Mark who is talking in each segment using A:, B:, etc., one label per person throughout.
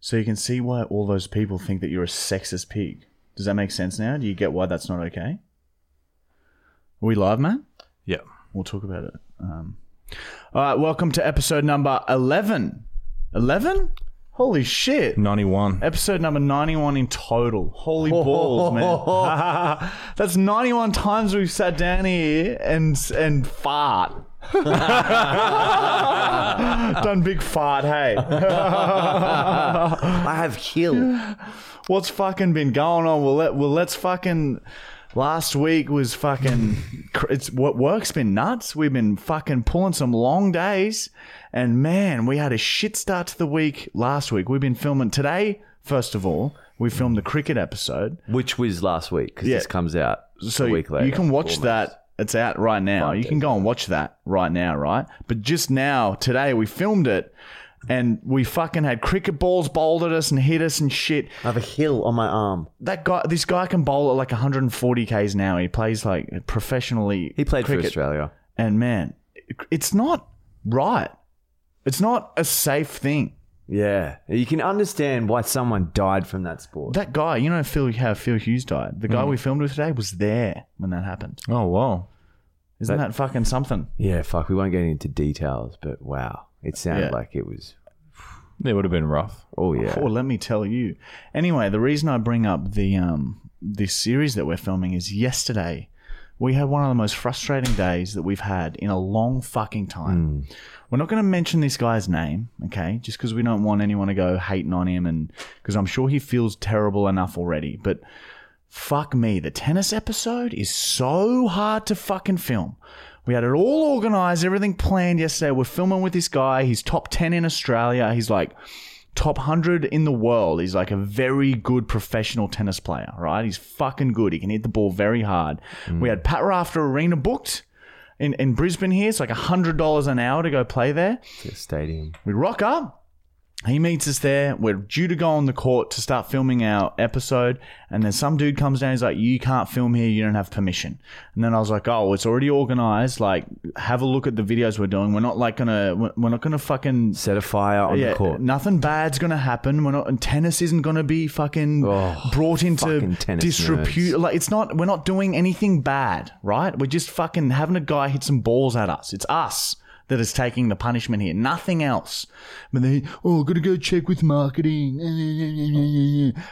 A: So you can see why all those people think that you're a sexist pig. Does that make sense now? Do you get why that's not okay? Are we live, man?
B: Yeah.
A: We'll talk about it. Um, all right, welcome to episode number 11. 11? Holy shit.
B: 91.
A: Episode number 91 in total. Holy balls, man. That's 91 times we've sat down here and and fart. Done big fart, hey.
C: I have killed.
A: What's fucking been going on? Well, let, well, let's fucking. Last week was fucking. cr- it's what work's been nuts. We've been fucking pulling some long days, and man, we had a shit start to the week last week. We've been filming today. First of all, we filmed the cricket episode,
C: Which was last week because this comes out
A: so
C: a week later.
A: you can watch
C: almost.
A: that. It's out right now. you can go and watch that right now, right? But just now, today, we filmed it, and we fucking had cricket balls bowled at us and hit us and shit.
C: I have a hill on my arm.
A: that guy, this guy can bowl at like 140 k's now. He plays like professionally.
C: He played
A: cricket.
C: for Australia.
A: and man, it's not right. It's not a safe thing.
C: Yeah, you can understand why someone died from that sport.
A: That guy, you know, Phil, how Phil Hughes died. The
C: Hmm.
A: guy we filmed with today was there when that happened.
B: Oh, wow.
A: Isn't that, fucking something?
C: yeah, fuck. We won't get into details, but wow, it sounded
A: Yeah.
C: like it was.
B: It would have been rough.
C: Oh yeah,
A: Well, let me tell you. Anyway, the reason I bring up the um this series that we're filming is yesterday we had one of the most frustrating days that we've had in a long fucking time.
C: Hmm.
A: We're not going to mention this guy's name, okay? Just because we don't want anyone to go hating on him, and because I'm sure he feels terrible enough already. But fuck me, the tennis episode is so hard to fucking film. We had it all organized, everything planned yesterday. We're filming with this guy. He's top 10 in Australia. He's like top 100 in the world. He's like a very good professional tennis player, right? He's fucking good. He can hit the ball very hard. We had Pat Rafter Arena booked in, in Brisbane here. It's like $100 an hour to go play there.
C: it's a stadium.
A: We rock up. He meets us there. We're due to go on the court to start filming our episode. And then some dude comes down. He's like, You can't film here. You don't have permission. And then I was like, Oh, it's already organized. Like, have a look at the videos we're doing. We're not like gonna, we're we're not gonna fucking
C: Set a fire on the court.
A: Nothing bad's gonna happen. We're not, and tennis isn't gonna be fucking
C: Oh,
A: brought into
C: fucking tennis
A: disrepute. Like it's not. We're not doing anything bad, right? We're just fucking having a guy hit some balls at us. It's us that is taking the punishment here. Nothing else. But they oh, gotta go check with marketing.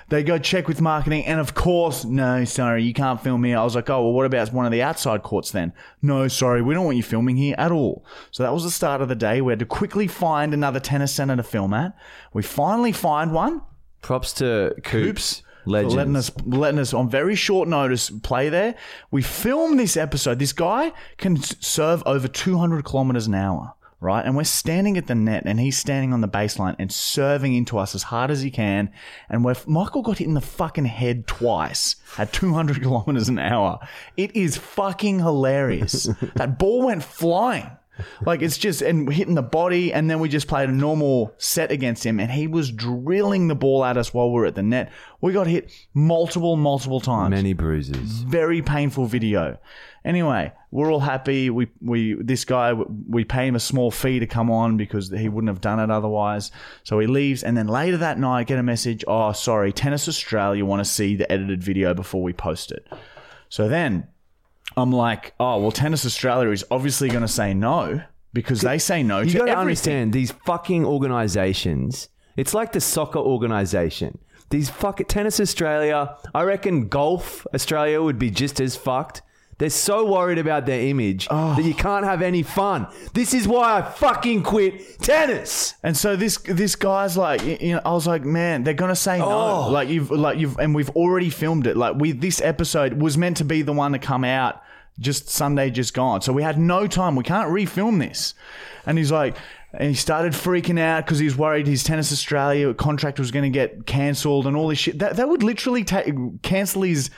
A: They go check with marketing, and of course, no, sorry, you can't film here. I was like, oh well, what about one of the outside courts then? No, sorry, we don't want you filming here at all. So that was the start of the day. We had to quickly find another tennis center to film at. We finally find one
C: Props to Coops,
A: for letting
C: legends.
A: us letting us on very short notice play there. We filmed this episode. This guy can s- serve over 200 kilometers an hour, right? And we're standing at the net, and he's standing on the baseline and serving into us as hard as he can. And we're, Michael got hit in the fucking head twice at 200 kilometers an hour. It is fucking hilarious. that ball went flying. Like it's just and hitting the body, and then we just played a normal set against him, and he was drilling the ball at us while we were at the net. We got hit multiple, multiple times.
C: Many bruises.
A: Very painful video. Anyway, we're all happy. We we this guy we pay him a small fee to come on because he wouldn't have done it otherwise. So he leaves, and then later that night, get a message. Oh, sorry, Tennis Australia want to see the edited video before we post it. So then I'm like, oh well, Tennis Australia is obviously going to say no because they say no
C: You
A: to
C: got to
A: everything.
C: understand these fucking organizations. It's like the soccer organization. These fuck tennis Australia. I reckon golf Australia would be just as fucked. They're so worried about their image that you can't have any fun. This is why I fucking quit tennis.
A: And so this this guy's like, y- you know, I was like, man, they're gonna say no. Like you've like you've and we've already filmed it. Like we this episode was meant to be the one to come out just Sunday just gone. So we had no time. We can't refilm this. And he's like, and he started freaking out because he was worried his Tennis Australia contract was going to get cancelled and all this shit. That, that would literally ta- cancel his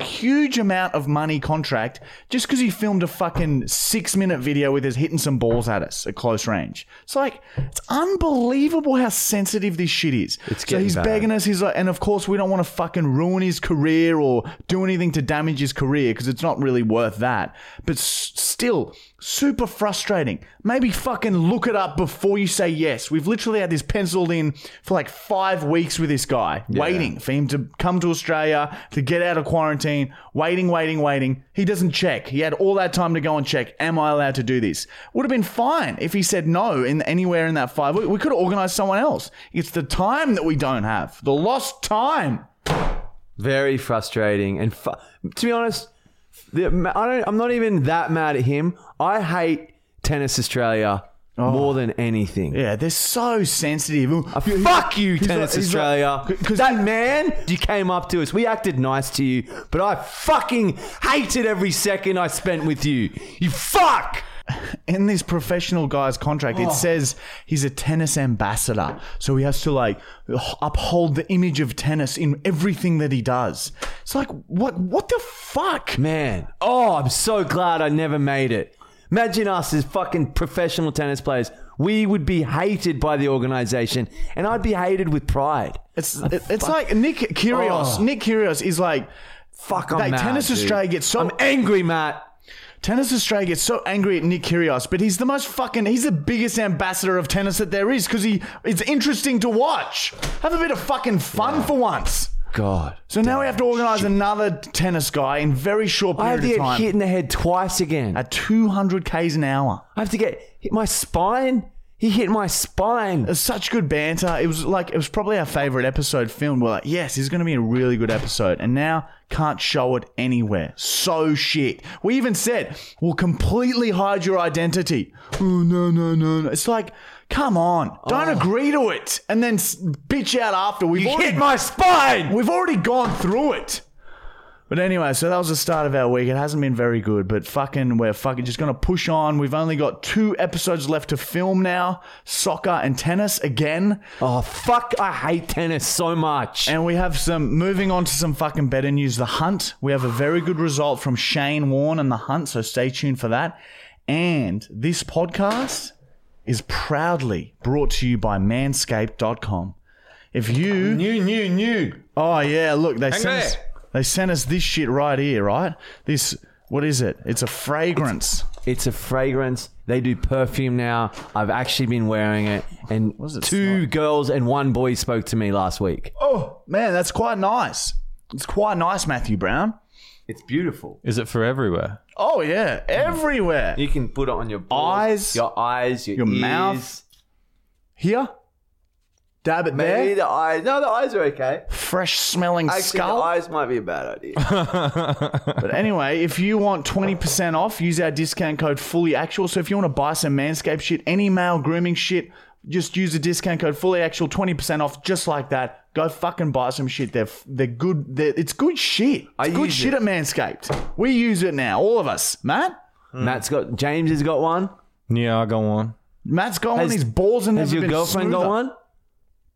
A: huge amount of money contract just because he filmed a fucking six minute video with us hitting some balls at us at close range. It's like, it's unbelievable how sensitive this shit is.
C: It's
A: so
C: getting
A: he's
C: bad.
A: begging us, he's like, and of course, we don't want to fucking ruin his career or do anything to damage his career because it's not really worth that. But s- still, Super frustrating. Maybe fucking look it up before you say yes. We've literally had this penciled in for like five weeks with this guy, waiting for him to come to Australia, to get out of quarantine, waiting, waiting, waiting. He doesn't check. He had all that time to go and check. Am I allowed to do this? Would have been fine if he said no in anywhere in that five week. We could have organized someone else. It's the time that we don't have, the lost time.
C: Very frustrating. And fu- to be honest, the, I don't, I'm not even that mad at him. I hate Tennis Australia more than anything.
A: Yeah, they're so sensitive.
C: Fuck you, Tennis
A: like- he's like-
C: Australia.
A: 'cause-
C: that man, you came up to us. We acted nice to you, but I fucking hated every second I spent with you. You fuck!
A: in this professional guy's contract, it says he's a tennis ambassador. So he has to like uphold the image of tennis in everything that he does. It's like, what, what the fuck?
C: Man, oh, I'm so glad I never made it. Imagine us as fucking professional tennis players. We would be hated by the organization, and I'd be hated with pride.
A: It's, it's like Nick Kyrgios.
C: Oh.
A: Nick Kyrgios is like,
C: Fuck, I'm
A: Like,
C: mad,
A: Tennis
C: dude.
A: Australia gets so
C: I'm angry, Matt.
A: Tennis Australia gets so angry at Nick Kyrgios, but he's the most fucking, he's the biggest ambassador of tennis that there is because he, it's interesting to watch. Have a bit of fucking fun for once.
C: God.
A: So now we have to organise another tennis guy in very short period
C: I have to
A: of
C: get
A: time.
C: hit in the head twice again.
A: at 200 k's an hour.
C: I have to get hit my spine. He hit my spine.
A: It was such good banter. It was like it was probably our favorite episode filmed. We're like, yes, this is going to be a really good episode, and now can't show it anywhere. So shit. We even said we'll completely hide your identity. Oh no no no! no. It's like, come on, don't agree to it, and then s- bitch out after. We've
C: You
A: already,
C: hit my spine.
A: we've already gone through it. But anyway, so that was the start of our week. It hasn't been very good, but fucking, we're fucking just going to push on. We've only got two episodes left to film now soccer and tennis again.
C: Oh fuck! I hate tennis so much.
A: And we have some, moving on to some fucking better news The Hunt. We have a very good result from Shane Warne and The Hunt, so stay tuned for that. And this podcast is proudly brought to you by manscaped.com. If you.
B: New, new, new.
A: Oh yeah, look, they sent us,
B: there.
A: they sent us this shit right here, right? This what is it? It's a fragrance.
C: It's a fragrance. They do perfume now. I've actually been wearing it. And
A: does it
C: two girls and one boy spoke to me last week.
A: oh man, that's quite nice. It's quite nice, Matthew Brown.
C: It's beautiful.
B: Is it for everywhere?
A: Oh yeah, everywhere.
C: You can put it on your balls,
A: Eyes.
C: your eyes, your,
A: Your
C: ears.
A: mouth. Here, dab it
C: Maybe
A: there.
C: the eyes. No, the eyes are okay.
A: Fresh smelling
C: Actually,
A: skull.
C: the eyes might be a bad idea.
A: But anyway, if you want 20% off, use our discount code fully actual. So if you want to buy some Manscaped shit, any male grooming shit, just use the discount code fully actual, 20% off, just like that. Go fucking buy some shit. They're they're good. They're, it's good shit. It's
C: I
A: good
C: use
A: shit
C: it.
A: at Manscaped. We use it now, all of us. Matt,
C: Matt's got. James has got one.
B: Yeah, I got one.
A: Matt's got one.
C: Has-
A: His balls and
C: Has
A: never
C: your
A: been
C: girlfriend got
A: smoother.
C: one?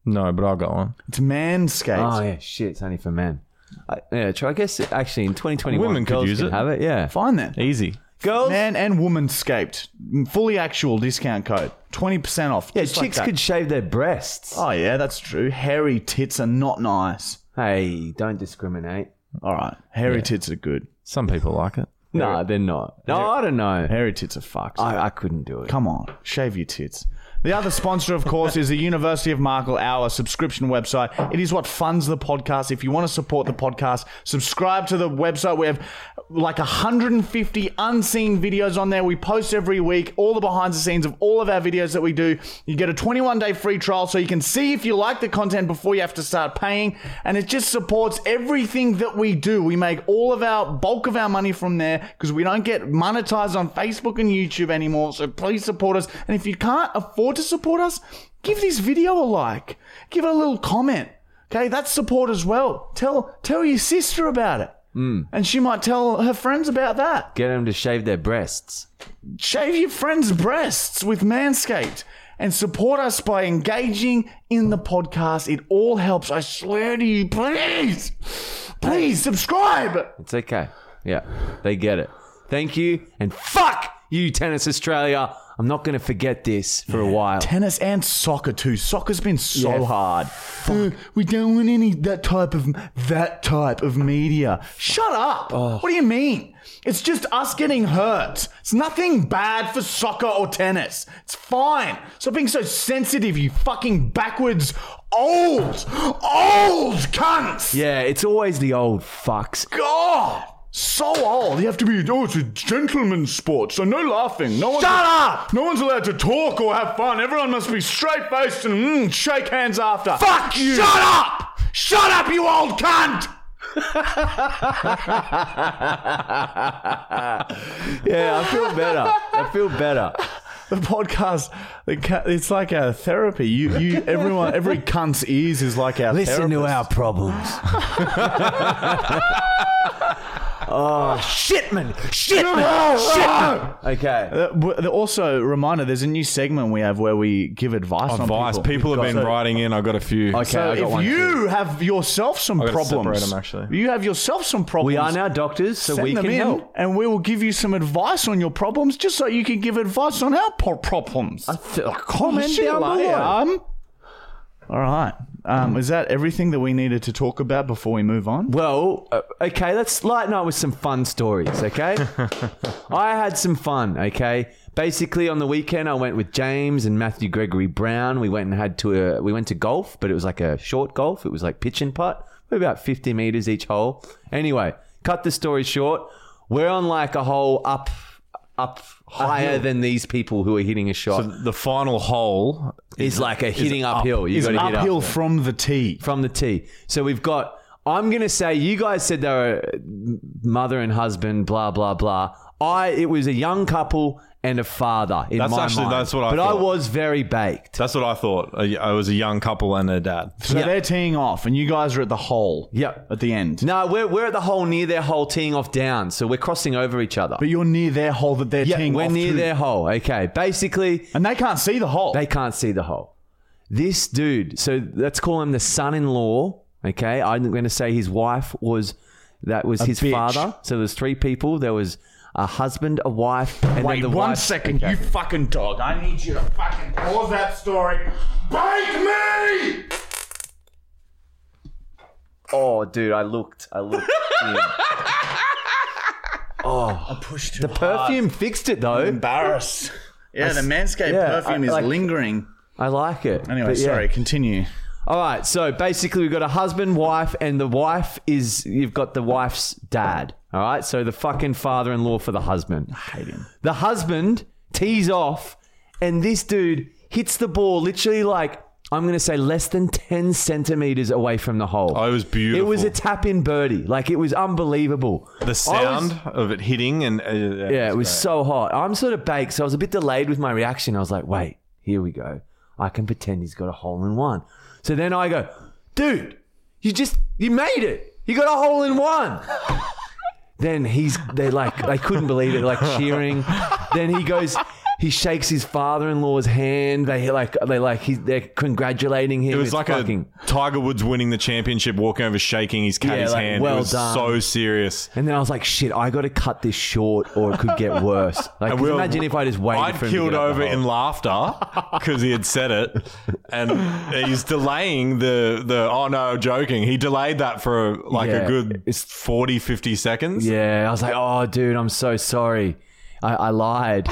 B: No, but I got one.
A: It's Manscaped.
C: Oh yeah, shit. It's only for men. I, yeah, true. I guess actually in 2021,
B: Women could
C: girls
B: use
C: can
B: it.
C: Have it, yeah.
A: Find that.
B: Easy.
C: Girls,
A: Man and womanscaped. Fully actual discount code. 20% off.
C: yeah.
A: just like
C: Chicks
A: that.
C: could shave their breasts.
A: Oh, yeah, that's true. Hairy tits are not nice.
C: Hey, don't discriminate.
A: All right. Hairy tits are good.
B: Some people like it.
C: No, they're not. No, I don't know.
A: Hairy tits are fucked.
C: I, I couldn't do it.
A: Come on. Shave your tits. The other sponsor, of course, is the University of Markle, our subscription website. It is what funds the podcast. If you want to support the podcast, subscribe to the website. We have like 150 unseen videos on there. We post every week all the behind the scenes of all of our videos that we do. You get a 21 day free trial so you can see if you like the content before you have to start paying. And it just supports everything that we do. We make all of our bulk of our money from there because we don't get monetized on Facebook and YouTube anymore. So please support us. And if you can't afford to support us, give this video a like, give it a little comment. Okay, that's support as well. Tell tell your sister about it. And she might tell her friends about that.
C: Get them to shave their breasts.
A: Shave your friends' breasts with Manscaped and support us by engaging in the podcast. It all helps. I swear to you, please, please subscribe.
C: It's okay. Yeah, they get it. Thank you, and fuck you, Tennis Australia. I'm not going to forget this for a while.
A: Tennis and soccer too. Soccer's been so
C: Yeah,
A: hard. Uh, we don't want any that type of that type of media. Shut up. What do you mean? It's just us getting hurt. It's nothing bad for soccer or tennis. It's fine. Stop being so sensitive, you fucking backwards old old cunts.
C: Yeah, it's always the old fucks.
A: God. So old. You have to be, oh, it's a gentleman's sport, so no laughing. No one's
C: Shut up!
A: No one's allowed to talk or have fun. Everyone must be straight faced and mm, shake hands after.
C: Fuck you!
A: Shut up! Shut up, you old cunt!
C: Yeah, I feel better. I feel better.
A: The podcast, the ca- it's like our therapy. You, you, everyone, every cunt's ears is like our
C: Listen to
A: therapist.
C: our problems. oh, Oh, shitman! Shitman! Shitman! Okay.
A: Uh, w- the- also, reminder: there's a new segment we have where we give advice. on
B: Advice. People,
A: People,
B: have been
A: So-
B: writing in. I got a few.
C: Okay,
A: So
C: I got one.
A: if you have yourself some
B: gotta separate
A: problems,
B: them, actually.
A: you have yourself some problems.
C: we are now doctors, so
A: send
C: we
A: them
C: can
A: in,
C: help.
A: and we will give you some advice on your problems, just so you can give advice on our po- problems.
C: Comment
A: Shit,
C: down
A: like,
C: below.
A: um, all right. Um, is that everything that we needed to talk about before we move on?
C: Well, uh, okay, let's lighten up with some fun stories, okay? I had some fun, okay? Basically, on the weekend, I went with James and Matthew Gregory Brown. We went and had to a, we went to golf, but it was like a short golf. It was like pitch and putt, about fifty meters each hole. Anyway, cut the story short. We're on like a hole up, up higher than these people who are hitting a shot.
B: The final hole.
C: is like a hitting
B: up-
C: uphill. You
A: Is
C: got to
A: an
C: hit up
A: uphill from the tee.
C: from the tee. So we've got. I'm gonna say you guys said they were uh, mother and husband, blah blah blah. I it was a young couple and a father in
B: That's
C: my
B: actually-
C: mind.
B: that's what I
C: But I
B: thought.
C: was very baked.
B: That's what I thought. I, I was a young couple and a dad.
A: So they're teeing off, and you guys are at the hole.
C: Yep.
A: At the end.
C: No, we're we're at the hole near their hole teeing off down, so we're crossing over each other.
A: But you're near their hole that they're
C: yeah,
A: teeing
C: we're
A: off
C: near
A: to.
C: their hole. Okay, basically
A: and they can't see the hole.
C: They can't see the hole. This dude, so let's call him the son-in-law. Okay, I'm going to say his wife was that was his
A: bitch.
C: father. So there's three people. There was a husband, a wife, and
A: Wait
C: then the
A: one
C: wife.
A: second, you fucking dog. I need you to fucking pause that story. Bake me!
C: Oh, dude, I looked. I looked. in.
A: I pushed
C: the perfume fixed it though.
A: Embarrassed. Yeah, the Manscaped
C: yeah,
A: perfume
C: I-
A: is
C: like-
A: lingering.
C: I like it.
A: Anyway,
C: But yeah.
A: sorry, continue.
C: All right, so basically, we've got a husband, wife, and the wife is you've got the wife's dad. All right, so the fucking father-in-law for the husband.
A: Hate him.
C: The husband tees off, and this dude hits the ball literally like I'm going to say less than 10 centimeters away from the hole.
B: Oh, it was beautiful.
C: It was a tap in birdie. Like it was unbelievable.
B: The sound of it hitting and uh, yeah,
C: Yeah, it was so hot. I'm sort of baked, so I was a bit delayed with my reaction. I was like, wait, here we go. I can pretend he's got a hole in one. So then I go, dude, you just you made it. You got a hole in one. then he's they like they couldn't believe it, like cheering. then he goes, he shakes his father-in-law's hand. They like they like he's, they're congratulating him.
B: It was
C: It's
B: like
C: fucking,
B: a Tiger Woods winning the championship, walking over, shaking his caddy's
C: like,
B: hand.
C: well
B: it was
C: done.
B: so serious.
C: And then I was like, shit, I got to cut this short or it could get worse. Like, 'cause
B: we were-
C: imagine if I just waited
B: I'd
C: for him to
B: killed
C: get up the
B: over
C: hole.
B: in laughter because he had said it, and he's delaying the the. Oh no, joking. He delayed that for like
C: Yeah,
B: a good
C: it's-
B: 40, 50 seconds.
C: Yeah, I was like, oh, dude, I'm so sorry. I, I lied.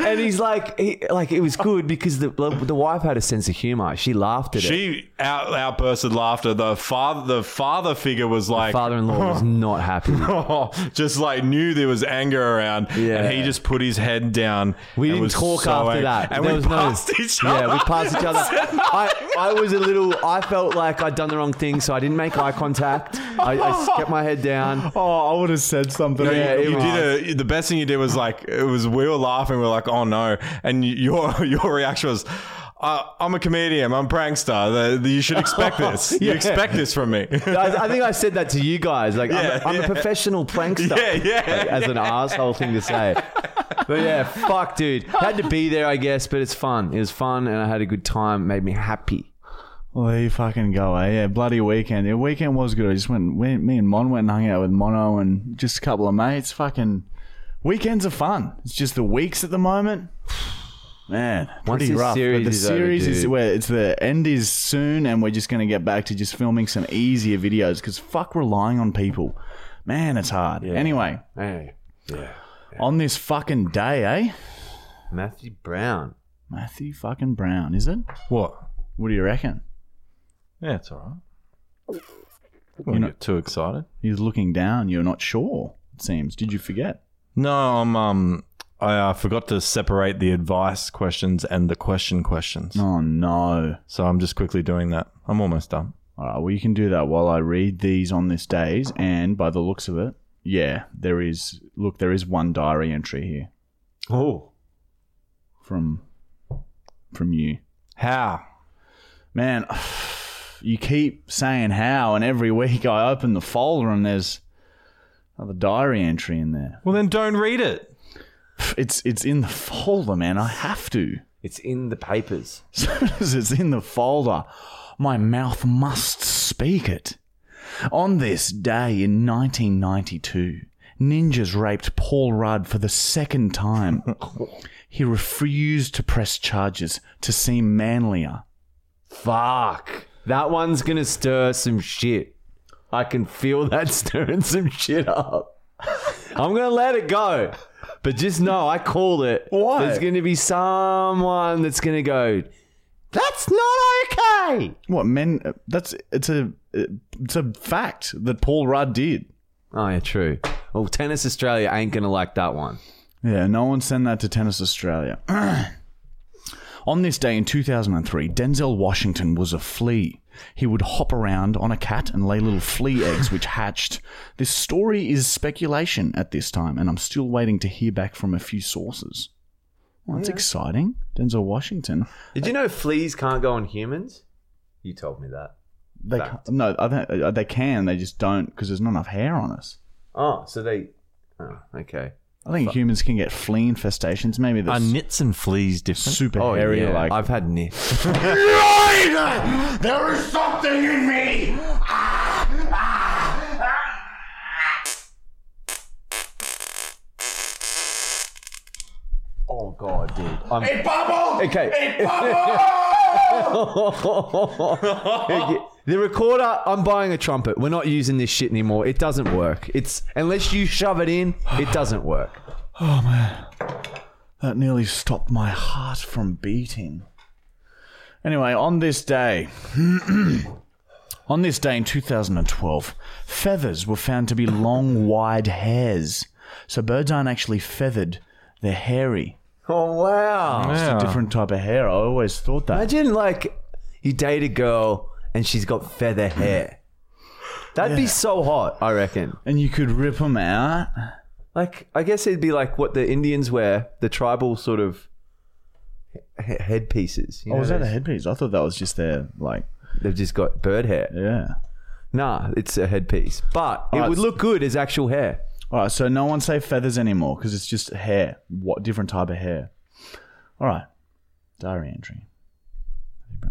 C: and he's like, he, like it was good because the the wife had a sense of humor. She laughed at it.
B: She out, outburst with laughter. The father, the father figure was like,
C: Father-in-law was not happy.
B: just like knew there was anger around,
C: Yeah.
B: and he just put his head down.
C: We
B: and
C: didn't
B: was
C: talk
B: so
C: after
B: angry.
C: that.
B: and
C: there
B: we
C: was
B: passed
C: no,
B: each
C: Yeah,
B: other.
C: we passed each other. I, I was a little. I felt like I'd done the wrong thing, so I didn't make eye contact. I, I kept my head down.
A: Oh, I would have said something.
B: No, you-
C: Yeah, it
B: you
C: was.
B: did a, the best thing you did was like it was we were laughing, we were like, oh no, and y- your your reaction was. Uh, I'm a comedian. I'm a prankster. The, the- you should expect this. You
C: Yeah.
B: expect this from me.
C: I, I think I said that to you guys. Like,
B: Yeah,
C: I'm, a, I'm a
B: yeah.
C: professional prankster.
B: Yeah, yeah,
C: Like, as an asshole thing to say. But yeah, fuck, dude. Had to be there, I guess, but it's fun. It was fun, and I had a good time. Made me happy.
A: Well, there you fucking go, eh? Yeah, bloody weekend. The weekend was good. I just went, we, me and Mon went and hung out with Mono and just a couple of mates. Fucking, Weekends are fun. It's just the weeks at the moment. Man,
C: Once
A: pretty
C: this
A: rough.
C: series
A: but the
C: is over,
A: series is
C: dude.
A: where it's the end is soon, and we're just going to get back to just filming some easier videos because fuck relying on people. Man, it's hard. Anyway,
C: Hey, yeah.
A: on this fucking day, eh?
C: Matthew Brown.
A: Matthew fucking Brown, is it?
B: What?
A: What do you reckon?
B: Yeah, it's all right. You're
A: not-
B: not too excited.
A: He's looking down. You're not sure. It seems. Did you forget?
B: No, I'm. Um, I uh, forgot to separate the advice questions and the question questions.
A: Oh no.
B: So I'm just quickly doing that. I'm almost done.
A: All right. Well, you can do that while I read these on this days, and by the looks of it, yeah, there is. Look, there is one diary entry here
C: Oh.
A: from from you,
B: How?
A: man. You keep saying how, and every week I open the folder and there's another diary entry in there.
B: Well, then don't read it.
A: It's it's in the folder, man. I have to.
C: It's in the papers.
A: As soon as it's in the folder, my mouth must speak it. On this day in 1992, ninjas raped Paul Rudd for the second time. he refused to press charges to seem manlier.
C: Fuck. That one's gonna stir some shit. I can feel that stirring some shit up. I'm gonna let it go. But just know I called it.
A: Why?
C: There's gonna be someone that's gonna go, That's not okay.
A: What men? uh, That's it's a uh, it's a fact that Paul Rudd did.
C: Oh yeah, true. Well, Tennis Australia ain't gonna like that one.
A: Yeah, no one send that to Tennis Australia. on this day in 2003, Denzel Washington was a flea. He would hop around on a cat and lay little flea eggs, which hatched. This story is speculation at this time, and I'm still waiting to hear back from a few sources. Well, that's exciting. Denzel Washington.
C: Did you know fleas can't go on humans? You told me that.
A: They
C: Fact.
A: can't- no, I don't- uh, they can. They just don't because there's not enough hair on us.
C: Oh, so they Oh, okay.
A: I think humans can get flea infestations. Maybe
B: Are
A: that's
B: nits and fleas different?
A: super
C: Oh,
A: hairy.
C: yeah.
A: Like
C: I've had nits.
D: There is something in me!
C: Oh god, dude. I'm
D: It bubble!
C: Okay.
D: It bubble!
C: Okay, the recorder, I'm buying a trumpet. We're not using this shit anymore. It doesn't work. It's unless you shove it in, it doesn't work.
A: That nearly stopped my heart from beating. Anyway, on this day, on this day in 2012, feathers were found to be long, wide hairs. So birds aren't actually feathered, they're hairy.
C: Oh wow.
A: It's
B: Ah.
A: a different type of hair. I always thought that.
C: Imagine like you date a girl and she's got feather hair. That'd be so hot, I reckon.
A: And you could rip them out.
C: Like I guess it'd be like what the Indians wear, the tribal sort of he- headpieces. You
A: Oh,
C: know,
A: was that a headpiece? I thought that was just their, like,
C: they've just got bird hair.
A: yeah.
C: Nah, it's a headpiece, but it
A: Oh,
C: would
A: it's-
C: look good as actual hair.
A: All right, so no one say feathers anymore because it's just hair. What different type of hair? All right, diary entry. Hey, bro.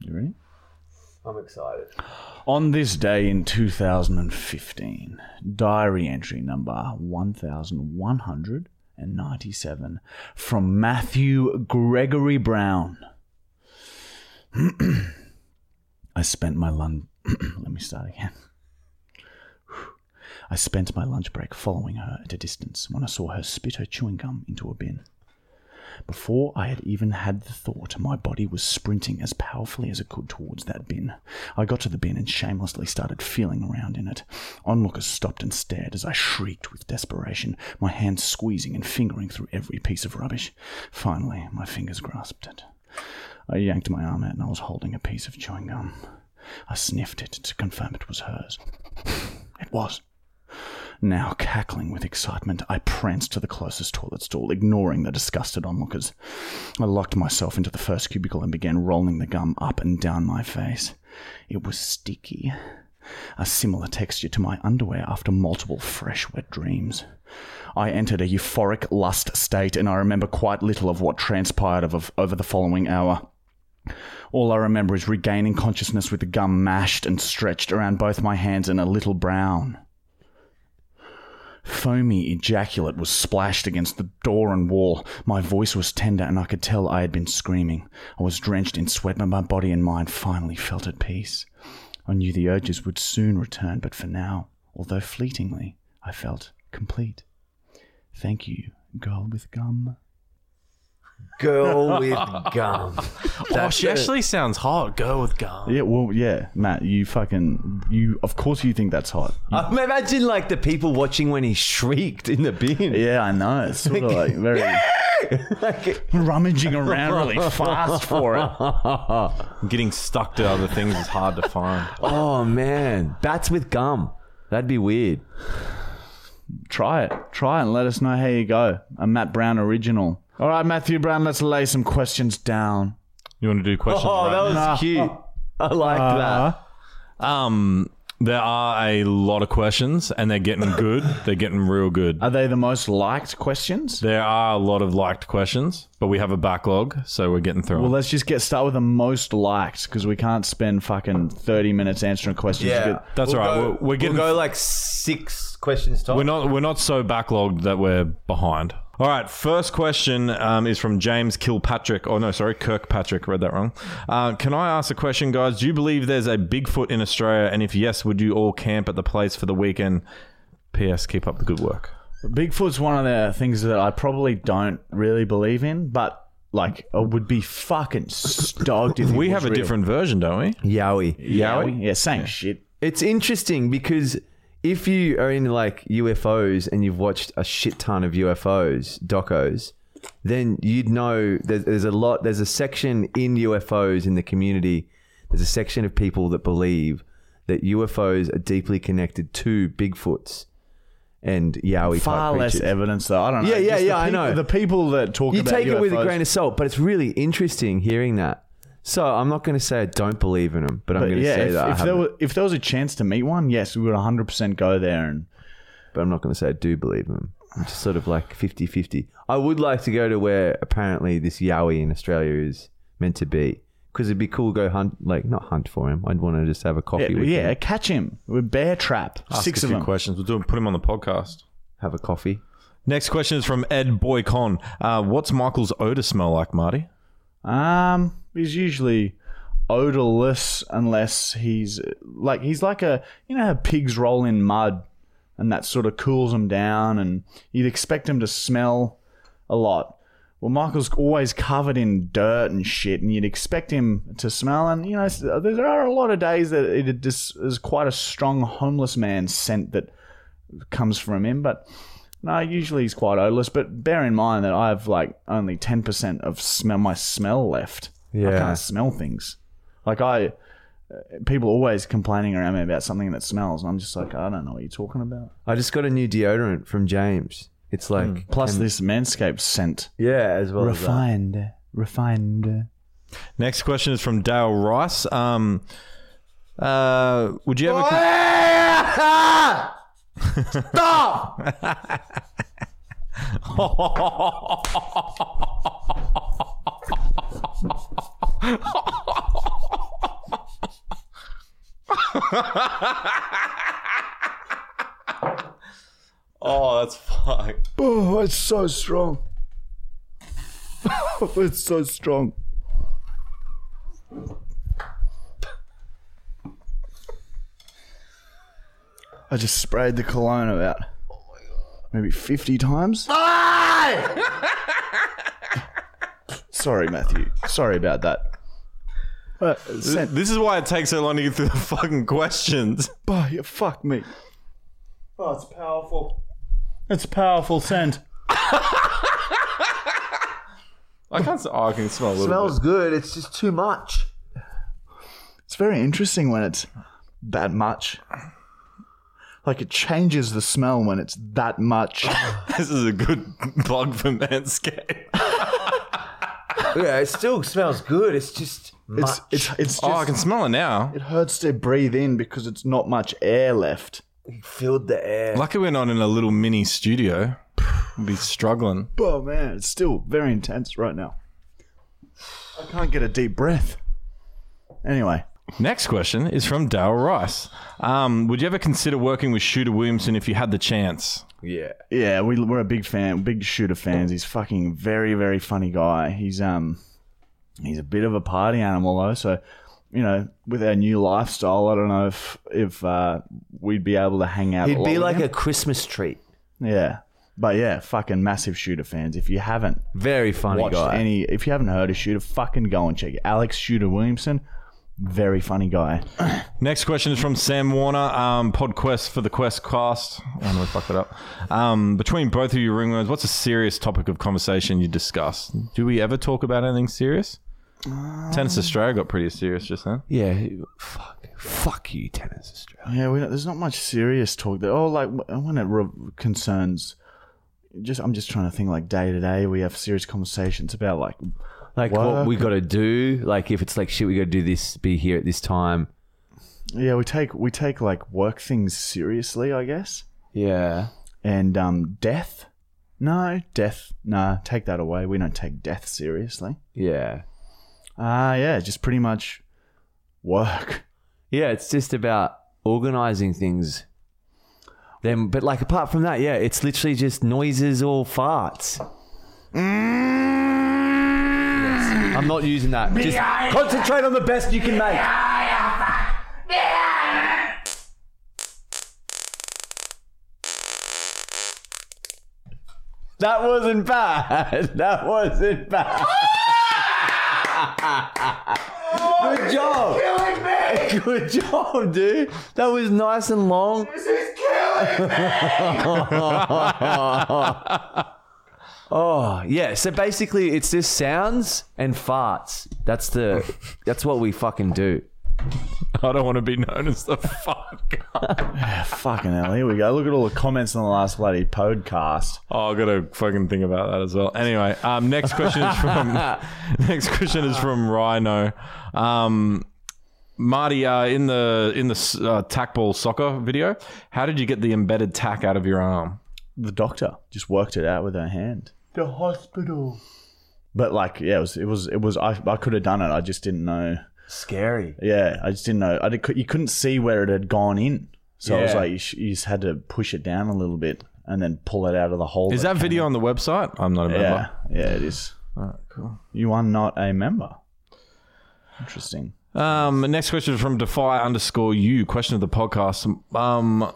A: You ready?
C: I'm excited.
A: On this day in 2015, diary entry number 1197 from Matthew Gregory Brown. I spent my lunch. Let me start again. I spent my lunch break following her at a distance when I saw her spit her chewing gum into a bin. Before I had even had the thought, my body was sprinting as powerfully as it could towards that bin. I got to the bin and shamelessly started feeling around in it. Onlookers stopped and stared as I shrieked with desperation, my hands squeezing and fingering through every piece of rubbish. Finally, my fingers grasped it. I yanked my arm out and I was holding a piece of chewing gum. I sniffed it to confirm it was hers. It was. Now, cackling with excitement, I pranced to the closest toilet stall, ignoring the disgusted onlookers. I locked myself into the first cubicle and began rolling the gum up and down my face. It was sticky, a similar texture to my underwear after multiple fresh, wet dreams. I entered a euphoric lust state, and I remember quite little of what transpired of, of- over the following hour. All I remember is regaining consciousness with the gum mashed and stretched around both my hands and a little brown. Foamy ejaculate was splashed against the door and wall. My voice was tender, and I could tell I had been screaming. I was drenched in sweat, but my body and mind finally felt at peace. I knew the urges would soon return, but for now, although fleetingly, I felt complete. Thank you, girl with gum.
C: Girl with gum.
B: oh, she actually sounds hot. Go with gum.
A: Yeah, well, yeah, Matt, you fucking, you. Of course, you think that's hot.
C: Um, imagine like the people watching when he shrieked in the bin.
A: Yeah, I know. It's sort of like very
C: Like,
A: rummaging around really fast for it.
B: Getting stuck to other things is hard to find.
C: oh man, bats with gum. That'd be weird.
A: Try it. Try it and let us know how you go. A Matt Brown original. All right, Matthew Brown, let's lay some questions down.
B: You want to do questions?
C: Oh,
B: right
C: that was cute. I like that.
B: now? um, there are a lot of questions, and they're getting good. They're getting real good.
A: Are they the most liked questions?
B: There are a lot of liked questions, but we have a backlog, so we're getting through.
A: Well,
B: them.
A: let's just get started with the most liked because we can't spend fucking 30 minutes answering questions.
B: That's all right. We're- we're getting-
C: go like six questions top.
B: We're not we're not so backlogged that we're behind. All right. First question um, is from James Kilpatrick. Oh no, sorry, Kirkpatrick. Read that wrong. Uh, can I ask a question, guys? Do you believe there's a Bigfoot in Australia? And if yes, would you all camp at the place for the weekend? P.S. Keep up the good work.
A: Bigfoot's one of the things that I probably don't really believe in, but like, I would be fucking stoked if it
B: We
A: was
B: have a
A: real.
B: different version, don't we?
C: Yowie.
A: Yowie? Yeah, same shit.
C: It's interesting because if you are into like UFOs and you've watched a shit ton of UFOs, docos, then you'd know there's, there's a lot, there's a section in UFOs in the community, there's a section of people that believe that UFOs are deeply connected to Bigfoots and Yowie
A: Far
C: type
A: less
C: creatures.
A: evidence, though. I don't know.
C: Yeah, yeah,
A: Just the
C: yeah, I
A: peop-
C: know.
A: The people that talk
C: you
A: about
C: take it with a
A: UFOs
C: grain of salt, but it's really interesting hearing that. So I'm not going to say I don't believe in them, but, I'm
A: But
C: going to
A: yeah,
C: say
A: if,
C: that I
A: if there
C: haven't.
A: was if there was a chance to meet one, yes, we would 100 percent go there. And
C: but I'm not going to say I do believe him. I'm just sort of like 50 50. I would like to go to where apparently this Yowie in Australia is meant to be because it'd be cool to go hunt, like, not hunt for him. I'd want to just have a coffee
A: yeah,
C: with
A: yeah,
C: him.
A: catch him. We bear trap
B: Ask
A: six
B: a
A: of
B: few
A: them.
B: questions. We'll do put him on the podcast.
C: Have a coffee.
B: Next question is from Ed Boycon. Uh, what's Michael's odor smell like, Marty?
A: Um, he's usually odorless unless he's like he's like a you know how pigs roll in mud, and that sort of cools them down, and you'd expect him to smell a lot. Well, Michael's always covered in dirt and shit, and you'd expect him to smell. And you know, s- uh, there are a lot of days that it just is quite a strong homeless man scent that comes from him, but. No, usually he's quite odorless, but bear in mind that I have like only ten percent of smell my smell left. I
C: Yeah.
A: can't smell things. Like I, uh, people always complaining around me about something that smells, and I'm just like, I don't know what you're talking about.
C: I just got a new deodorant from James. It's like,
A: Plus this manscape scent, uh,
C: yeah, as well as that.
A: refined, refined.
B: Next question is from Dale Rice. Um, uh, would you ever?
C: Oh,
B: con- oh, that's fucked.
A: Oh, it's so strong. it's so strong. I just sprayed the cologne about maybe 50 times. Sorry, Matthew. Sorry about that. Uh,
B: Th-
A: sent
B: This is why it takes so long to get through the fucking questions.
A: by you. Fuck me. Oh, it's powerful. It's a powerful scent.
B: I can't. s- Oh, I can smell a little bit.
C: good. It's just too much.
A: It's very interesting when it's that much. Like it changes the smell when it's that much.
B: This is a good plug for Manscaped.
C: Yeah, it still smells good. It's just
A: It's it's it's just
B: Oh, I can smell it now.
A: it hurts to breathe in because it's not much air left.
C: filled the air.
B: Lucky we're not in a little mini studio. We'd be struggling.
A: Oh man, it's still very intense right now. I can't get a deep breath. Anyway,
B: Next question is from Dale Rice. Um, would you ever consider working with Shooter Williamson if you had the chance?
C: Yeah.
A: Yeah, we, we're a big fan, big shooter fans. He's fucking very, very funny guy. He's um, he's a bit of a party animal though. So, you know, with our new lifestyle, I don't know if if uh, we'd be able to hang out. a
C: He'd
A: lot
C: be
A: with
C: like
A: him.
C: a Christmas treat.
A: yeah, but yeah, fucking massive shooter fans. If you haven't
C: Very funny
A: watched
C: guy.
A: any, if you haven't heard of Shooter, fucking go and check it. Alex Shooter Williamson, very funny guy.
B: Next question is from Sam Warner, um, PodQuest for the Quest cast. I don't know if I fucked it up. Um, between both of you ringworms, what's a serious topic of conversation you discuss? Do we ever talk about anything serious? Tennis Australia got pretty serious just then.
C: yeah. Fuck. Fuck you, tennis Australia.
A: Yeah, we don't, there's not much serious talk there. Oh, like wh- when it re- concerns, just I'm just trying to think like day to day. We have serious conversations about like
C: Like what
A: Work.
C: we got to do. Like if it's like shit, we got to do this. Be here at this time.
A: yeah, we take we take like work things seriously, I guess.
C: Yeah.
A: And um, death, no death, nah, take that away. We don't take death seriously.
C: Yeah.
A: Ah, yeah, just pretty much work.
C: Yeah. It's just about organizing things. Then, but like apart from that, yeah, it's literally just noises or farts. Yes. I'm not using that. Just concentrate on the best you can make. That wasn't bad. That wasn't bad. Good job.
D: Killing me!
C: Good job, dude. That was nice and long.
D: This is killing me!
C: Oh, yeah. So basically, it's just sounds and farts. That's the that's what we fucking do.
B: I don't want to be known as the fuck.
A: Fucking hell, here we go. Look at all the comments on the last bloody podcast.
B: Oh, I gotta fucking think about that as well. Anyway, um, next question is from next question is from Rhino. Um, Marty, uh, in the in the s- uh, tackball soccer video, how did you get the embedded tack out of your arm?
A: the doctor just worked it out with her hand. The hospital. But like, yeah, it was, it was, it was. I, I could have done it. I just didn't know.
C: Scary.
A: Yeah, I just didn't know. I did, you couldn't see where it had gone in, so I was
C: Yeah.
A: like, you, sh- you just had to push it down a little bit and then pull it out of the hole.
B: Is that video on the website? I'm not a member.
A: Yeah, yeah, it is.
B: All right, cool.
A: You are not a member. Interesting.
B: Um, next question is from Defy underscore you. Question of the podcast. Um,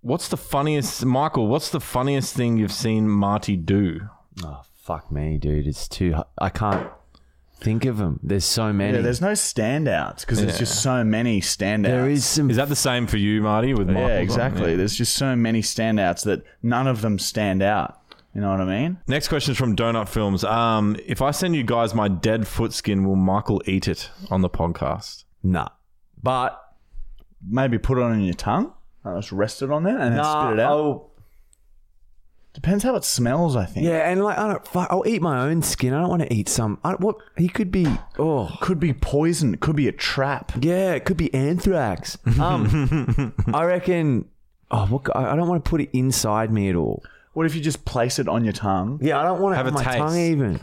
B: what's the funniest, Michael? What's the funniest thing you've seen Marty do?
C: Oh fuck me, dude. It's too. hu- I can't think of them. There's so many.
A: Yeah, there's no standouts because there's just so many standouts.
C: there is some.
B: Is that the same for you, Marty? With Michael's
A: Yeah,
B: on?
A: exactly. There's just so many standouts that none of them stand out. You know what I mean?
B: Next question is from Donut Films. Um, if I send you guys my dead foot skin, will Michael eat it on the podcast?
C: nah. But
A: maybe put it on your tongue, uh, just rest it on there, and then
C: nah,
A: spit it out.
C: I'll-
A: Depends how it smells, I think.
C: yeah, and like I don't. Fuck, I'll eat my own skin. I don't want to eat some. I, what he could be. Oh.
A: Could be poison. Could be a trap.
C: Yeah, it could be anthrax. Um, I reckon. Oh, what, I I don't want to put it inside me at all.
A: What if you just place it on your tongue?
C: Yeah, I don't want to
B: Have
C: have,
B: a
C: my
B: taste.
C: tongue even.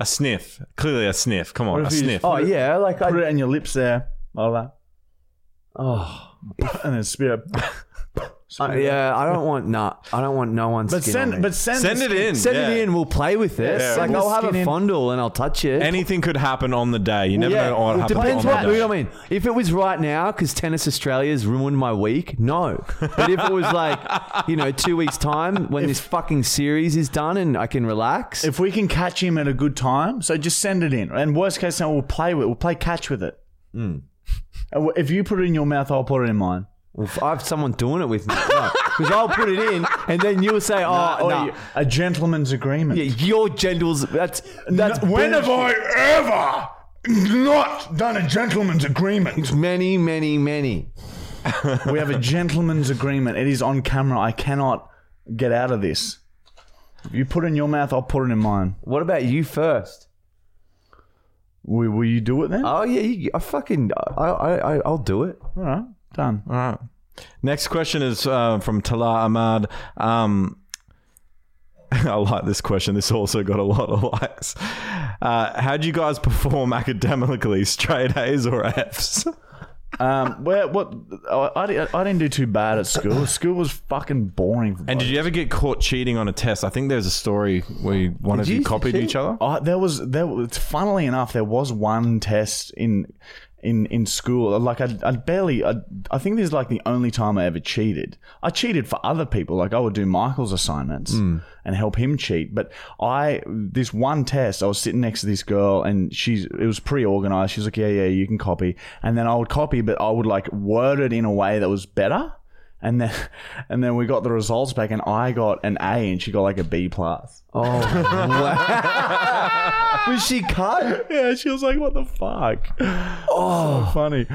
B: A sniff. Clearly a sniff. Come
A: What
B: on, a
A: if you
B: sniff.
A: just-
C: Oh yeah, like
A: Put
C: I.
A: it on your lips there, like that,
C: Oh
A: and then spit it.
C: uh, yeah, I don't want nah. I don't want no one's
A: But
C: skin. on
A: send,
C: me.
A: but send,
B: Send
A: the
B: it
A: skin-
B: in.
C: send
B: yeah.
C: it in. We'll play with it.
A: Yeah,
C: like
A: send
C: I'll
A: the
C: have
A: skin
C: a
A: in.
C: fondle and I'll touch it.
B: Anything could happen on the day. You never
C: yeah,
B: know what
C: it
B: happens
C: depends
B: on
C: what
B: the day.
C: mood I'm in. If it was right now, because Tennis Australia's ruined my week, no. But if it was like, you know, two weeks time when this fucking series is done and I can relax,
A: If we can catch him at a good time, so just send it in. And worst case scenario, we'll play with. We'll play catch with it.
C: Hmm.
A: And w- If you put it in your mouth, I'll put it in mine.
C: Well, if I have someone doing it with me. Because I'll put it in, and then you'll say, "Oh,
A: Or
C: nah.
A: you- a gentleman's agreement.
C: Yeah, your genitals. That's that's
D: When have
C: bullshit."
D: I ever not done a gentleman's agreement?
C: many, many, many.
A: We have a gentleman's agreement. It is on camera. I cannot get out of this. You put it in your mouth, I'll put it in mine.
C: What about you first?
A: Will, will you do it then? All
C: Oh yeah, you, I fucking, I, I, I, I'll do it.
A: right, done.
B: All right. Next question is uh, from Tala Ahmad. Um, I like this question. This also got a lot of likes. Uh, how do you guys perform academically? Straight A's or F's?
A: Um, where what? I, I, di- I didn't do too bad at school. School was fucking boring.
B: And did you ever get caught cheating on a test? I think there's a story where you- one of
C: you
B: you
C: used to
B: copied
C: cheat?
B: each other.
A: I, Oh, there was there. was- Funnily enough, there was one test in in in school. Like I, I barely. I, I think this is like the only time I ever cheated. I cheated for other people. Like I would do Michael's assignments and help him cheat. But I this one test, I was sitting next to this girl, and she's it was pre organized. She's like, yeah, yeah, you can copy. And then I would copy, but I would like word it in a way that was better. And then, and then we got the results back, and I got an A, and she got like a B plus.
C: Was she cut?
A: Yeah, she was like, "What the fuck?" Oh, so funny.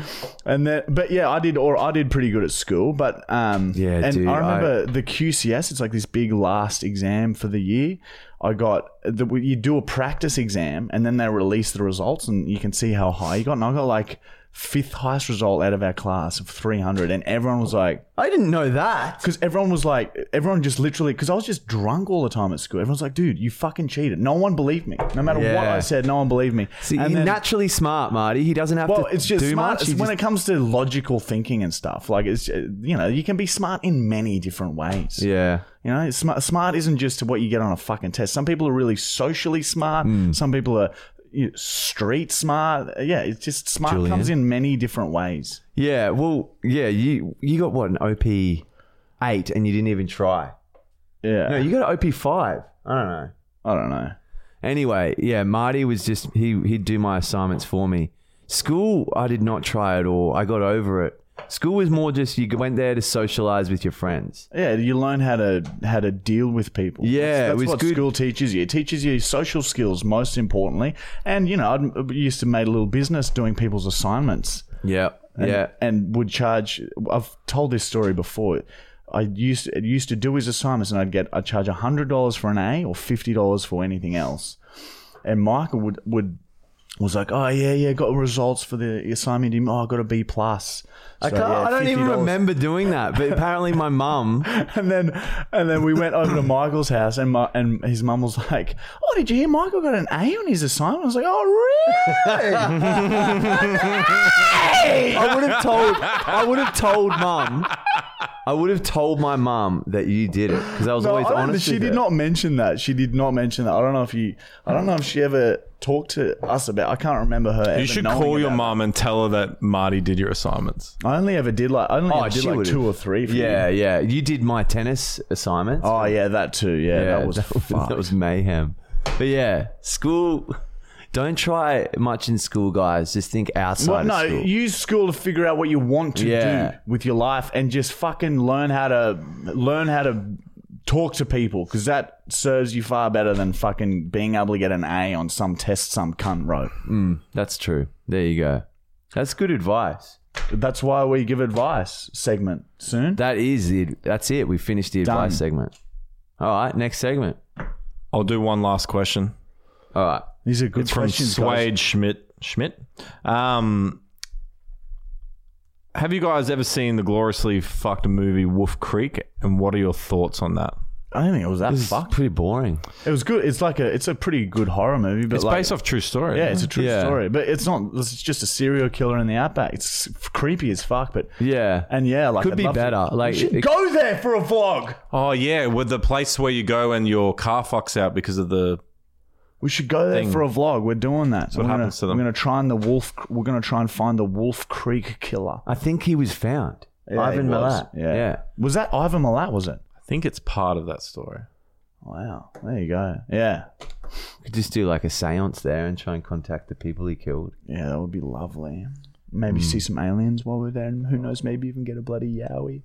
A: And then, but yeah, I did, or I did pretty good at school. But um,
C: Yeah,
A: and
C: dude,
A: I remember the QCS. It's like this big last exam for the year. I got the, you do a practice exam, and then they release the results, and you can see how high you got. And I got like fifth highest result out of our class of three hundred, and everyone was like,
C: I didn't know that.
A: because everyone was like, everyone just literally, because I was just drunk all the time at school. Everyone's like, dude, you fucking cheated. No one believed me. No matter what
C: Yeah.
A: I said, no one believed me.
C: See,
A: And
C: he's
A: then-
C: naturally smart, Marty. He doesn't have
A: well,
C: to
A: it's just
C: do
A: smart
C: much.
A: it's
C: He
A: when
C: just-
A: it comes to logical thinking and stuff. Like it's uh, you know you can be smart in many different ways.
C: yeah.
A: You know, smart smart isn't just what you get on a fucking test. Some people are really socially smart.
C: Hmm.
A: Some people are you know, street smart. Uh, Yeah, it's just smart
C: Julian?
A: comes in many different ways.
C: Yeah, well, yeah, you you got what an OP eight, and you didn't even try.
A: Yeah,
C: No, you got an OP five. I don't know.
A: I don't know.
C: Anyway, yeah, Marty was just he he'd do my assignments for me. School, I did not try at all. I got over it. School was more just you went there to socialize with your friends.
A: Yeah, you learn how to how to deal with people.
C: Yeah,
A: that's, that's
C: it was
A: what
C: good.
A: school teaches you. It teaches you social skills most importantly. And you know, I used to make a little business doing people's assignments.
C: Yeah,
A: and,
C: yeah.
A: and would charge. I've told this story before. I used it used to do his assignments, and I'd get I'd charge hundred dollars for an A or fifty dollars for anything else. And Michael would would was like, oh yeah, yeah, got results for the assignment. Him, oh, I got a B plus.
C: I, can't, I don't even remember doing that, but apparently my mum.
A: And then, and then we went over to Michael's house, and my, and his mum was like, "Oh, did you hear? Michael got an A on his assignment." I was like, "Oh, really?"
C: I would have told. I would have told mum. I would have told my mum that you did it because I was
A: No,
C: always
A: I don't-
C: honest.
A: she
C: with
A: did
C: her.
A: not mention that. She did not mention that. I don't know if you. I don't know if she ever talked to us about. I can't remember her. ever
B: You should
A: knowing
B: call your
A: about
B: mum and tell her that Marty did your assignments.
A: it. I only ever did like. I only
C: Oh,
A: ever did
C: she
A: like
C: would've.
A: two or three. For
C: Yeah,
A: You.
C: yeah. You did my tennis assignments.
A: Oh yeah, that too. Yeah, that was fucked.
C: that was mayhem. But yeah, school. Don't try much in school, guys. Just think outside
A: Well,
C: of
A: no,
C: school.
A: use school to figure out what you want to
C: Yeah.
A: do with your life, and just fucking learn how to learn how to talk to people because that serves you far better than fucking being able to get an A on some test some cunt wrote.
C: That's true. There you go. That's good advice.
A: That's why we give advice segment soon.
C: That is the. That's it. We finished the advice
A: Done.
C: segment. All right, next segment.
B: I'll do one last question.
C: All right.
A: These are good
B: It's from
A: questions. guys.
B: Swade Schmidt. Schmidt. Um, have you guys ever seen the gloriously fucked movie Wolf Creek? And what are your thoughts on that?
A: I don't think it was that fucked.
C: Pretty boring.
A: It was good. It's like a, it's a pretty good horror movie, but
B: It's
A: like,
B: based off true story.
A: yeah, it's a true
C: Yeah.
A: story. But it's not. It's just a serial killer in the outback. It's creepy as fuck. But
C: Yeah.
A: and yeah, like
C: Could
A: I'd
C: be
A: love to-
C: better. Like
A: you should
C: it-
A: go there for a vlog.
B: oh yeah, with the place where you go and your car fucks out because of the
A: We should go there
B: Thing.
A: for a vlog. We're doing that.
B: what
A: we're gonna,
B: happens to them.
A: We're gonna try and the wolf. We're gonna try and find the Wolf Creek killer.
C: I think he was found.
A: Yeah,
C: Ivan
A: he was.
C: Milat.
A: Yeah.
C: yeah.
A: Was that Ivan Milat? Was it?
B: I think it's part of that story.
A: Wow. There you go. Yeah.
C: Could just do like a séance there and try and contact the people he killed.
A: Yeah, that would be lovely.
C: Hmm.
A: Maybe see some aliens while we're there, and who knows, maybe even get a bloody yowie.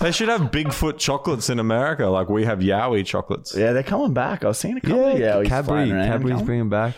B: They should have Bigfoot chocolates in America, like we have Yowie chocolates.
A: Yeah, they're coming back. I've seen a couple of yowies
C: Cadbury,
A: flying around.
C: Cadbury's
A: Come-
C: bringing back.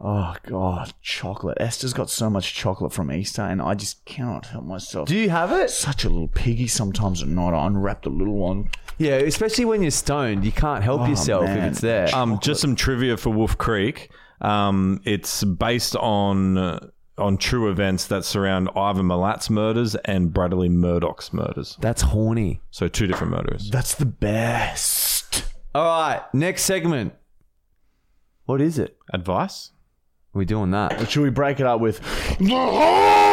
A: oh god, chocolate. Esther's got so much chocolate from Easter, and I just cannot help myself.
C: you have it?
A: Such a little piggy sometimes at night. I unwrap the little one.
C: Yeah, especially when you're stoned, you can't help yourself
A: Oh, man.
C: if it's there.
B: Um, just some trivia for Wolf Creek. Um, it's based on uh, on true events that surround Ivan Milat's murders and Bradley Murdoch's murders.
C: That's horny.
B: So two different murders.
A: That's the best.
C: All right, next segment. What is it?
B: Advice?
C: We're doing that.
A: Should we break it up with?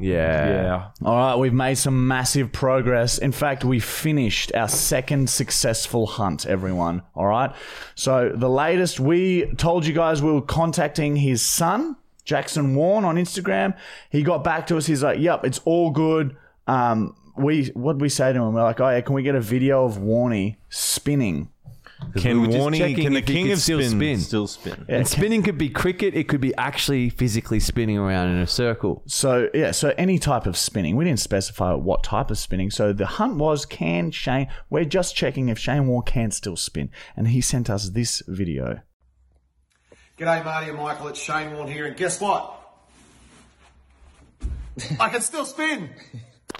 C: Yeah.
B: Yeah.
A: All right, we've made some massive progress. In fact, we finished our second successful hunt, everyone. All right. So, the latest, we told you guys we were contacting his son, Jackson Warren, on Instagram. He got back to us. He's like, yep, it's all good. Um, we What'd we say to him? We're like, oh, yeah, can we get a video of Warney spinning?
B: Can
C: we were just
B: Warney,
C: checking
B: can the
C: if he
B: king
C: could
B: of
C: still
B: spin,
C: spin.
B: still spin?
C: And spinning could be cricket. It could be actually physically spinning around in a circle.
A: So yeah, so any type of spinning. We didn't specify what type of spinning. So the hunt was can Shane. We're just checking if Shane Warne can still spin, and he sent us this video.
E: G'day, Marty and Michael. It's Shane Warne here, and guess what? I can still spin.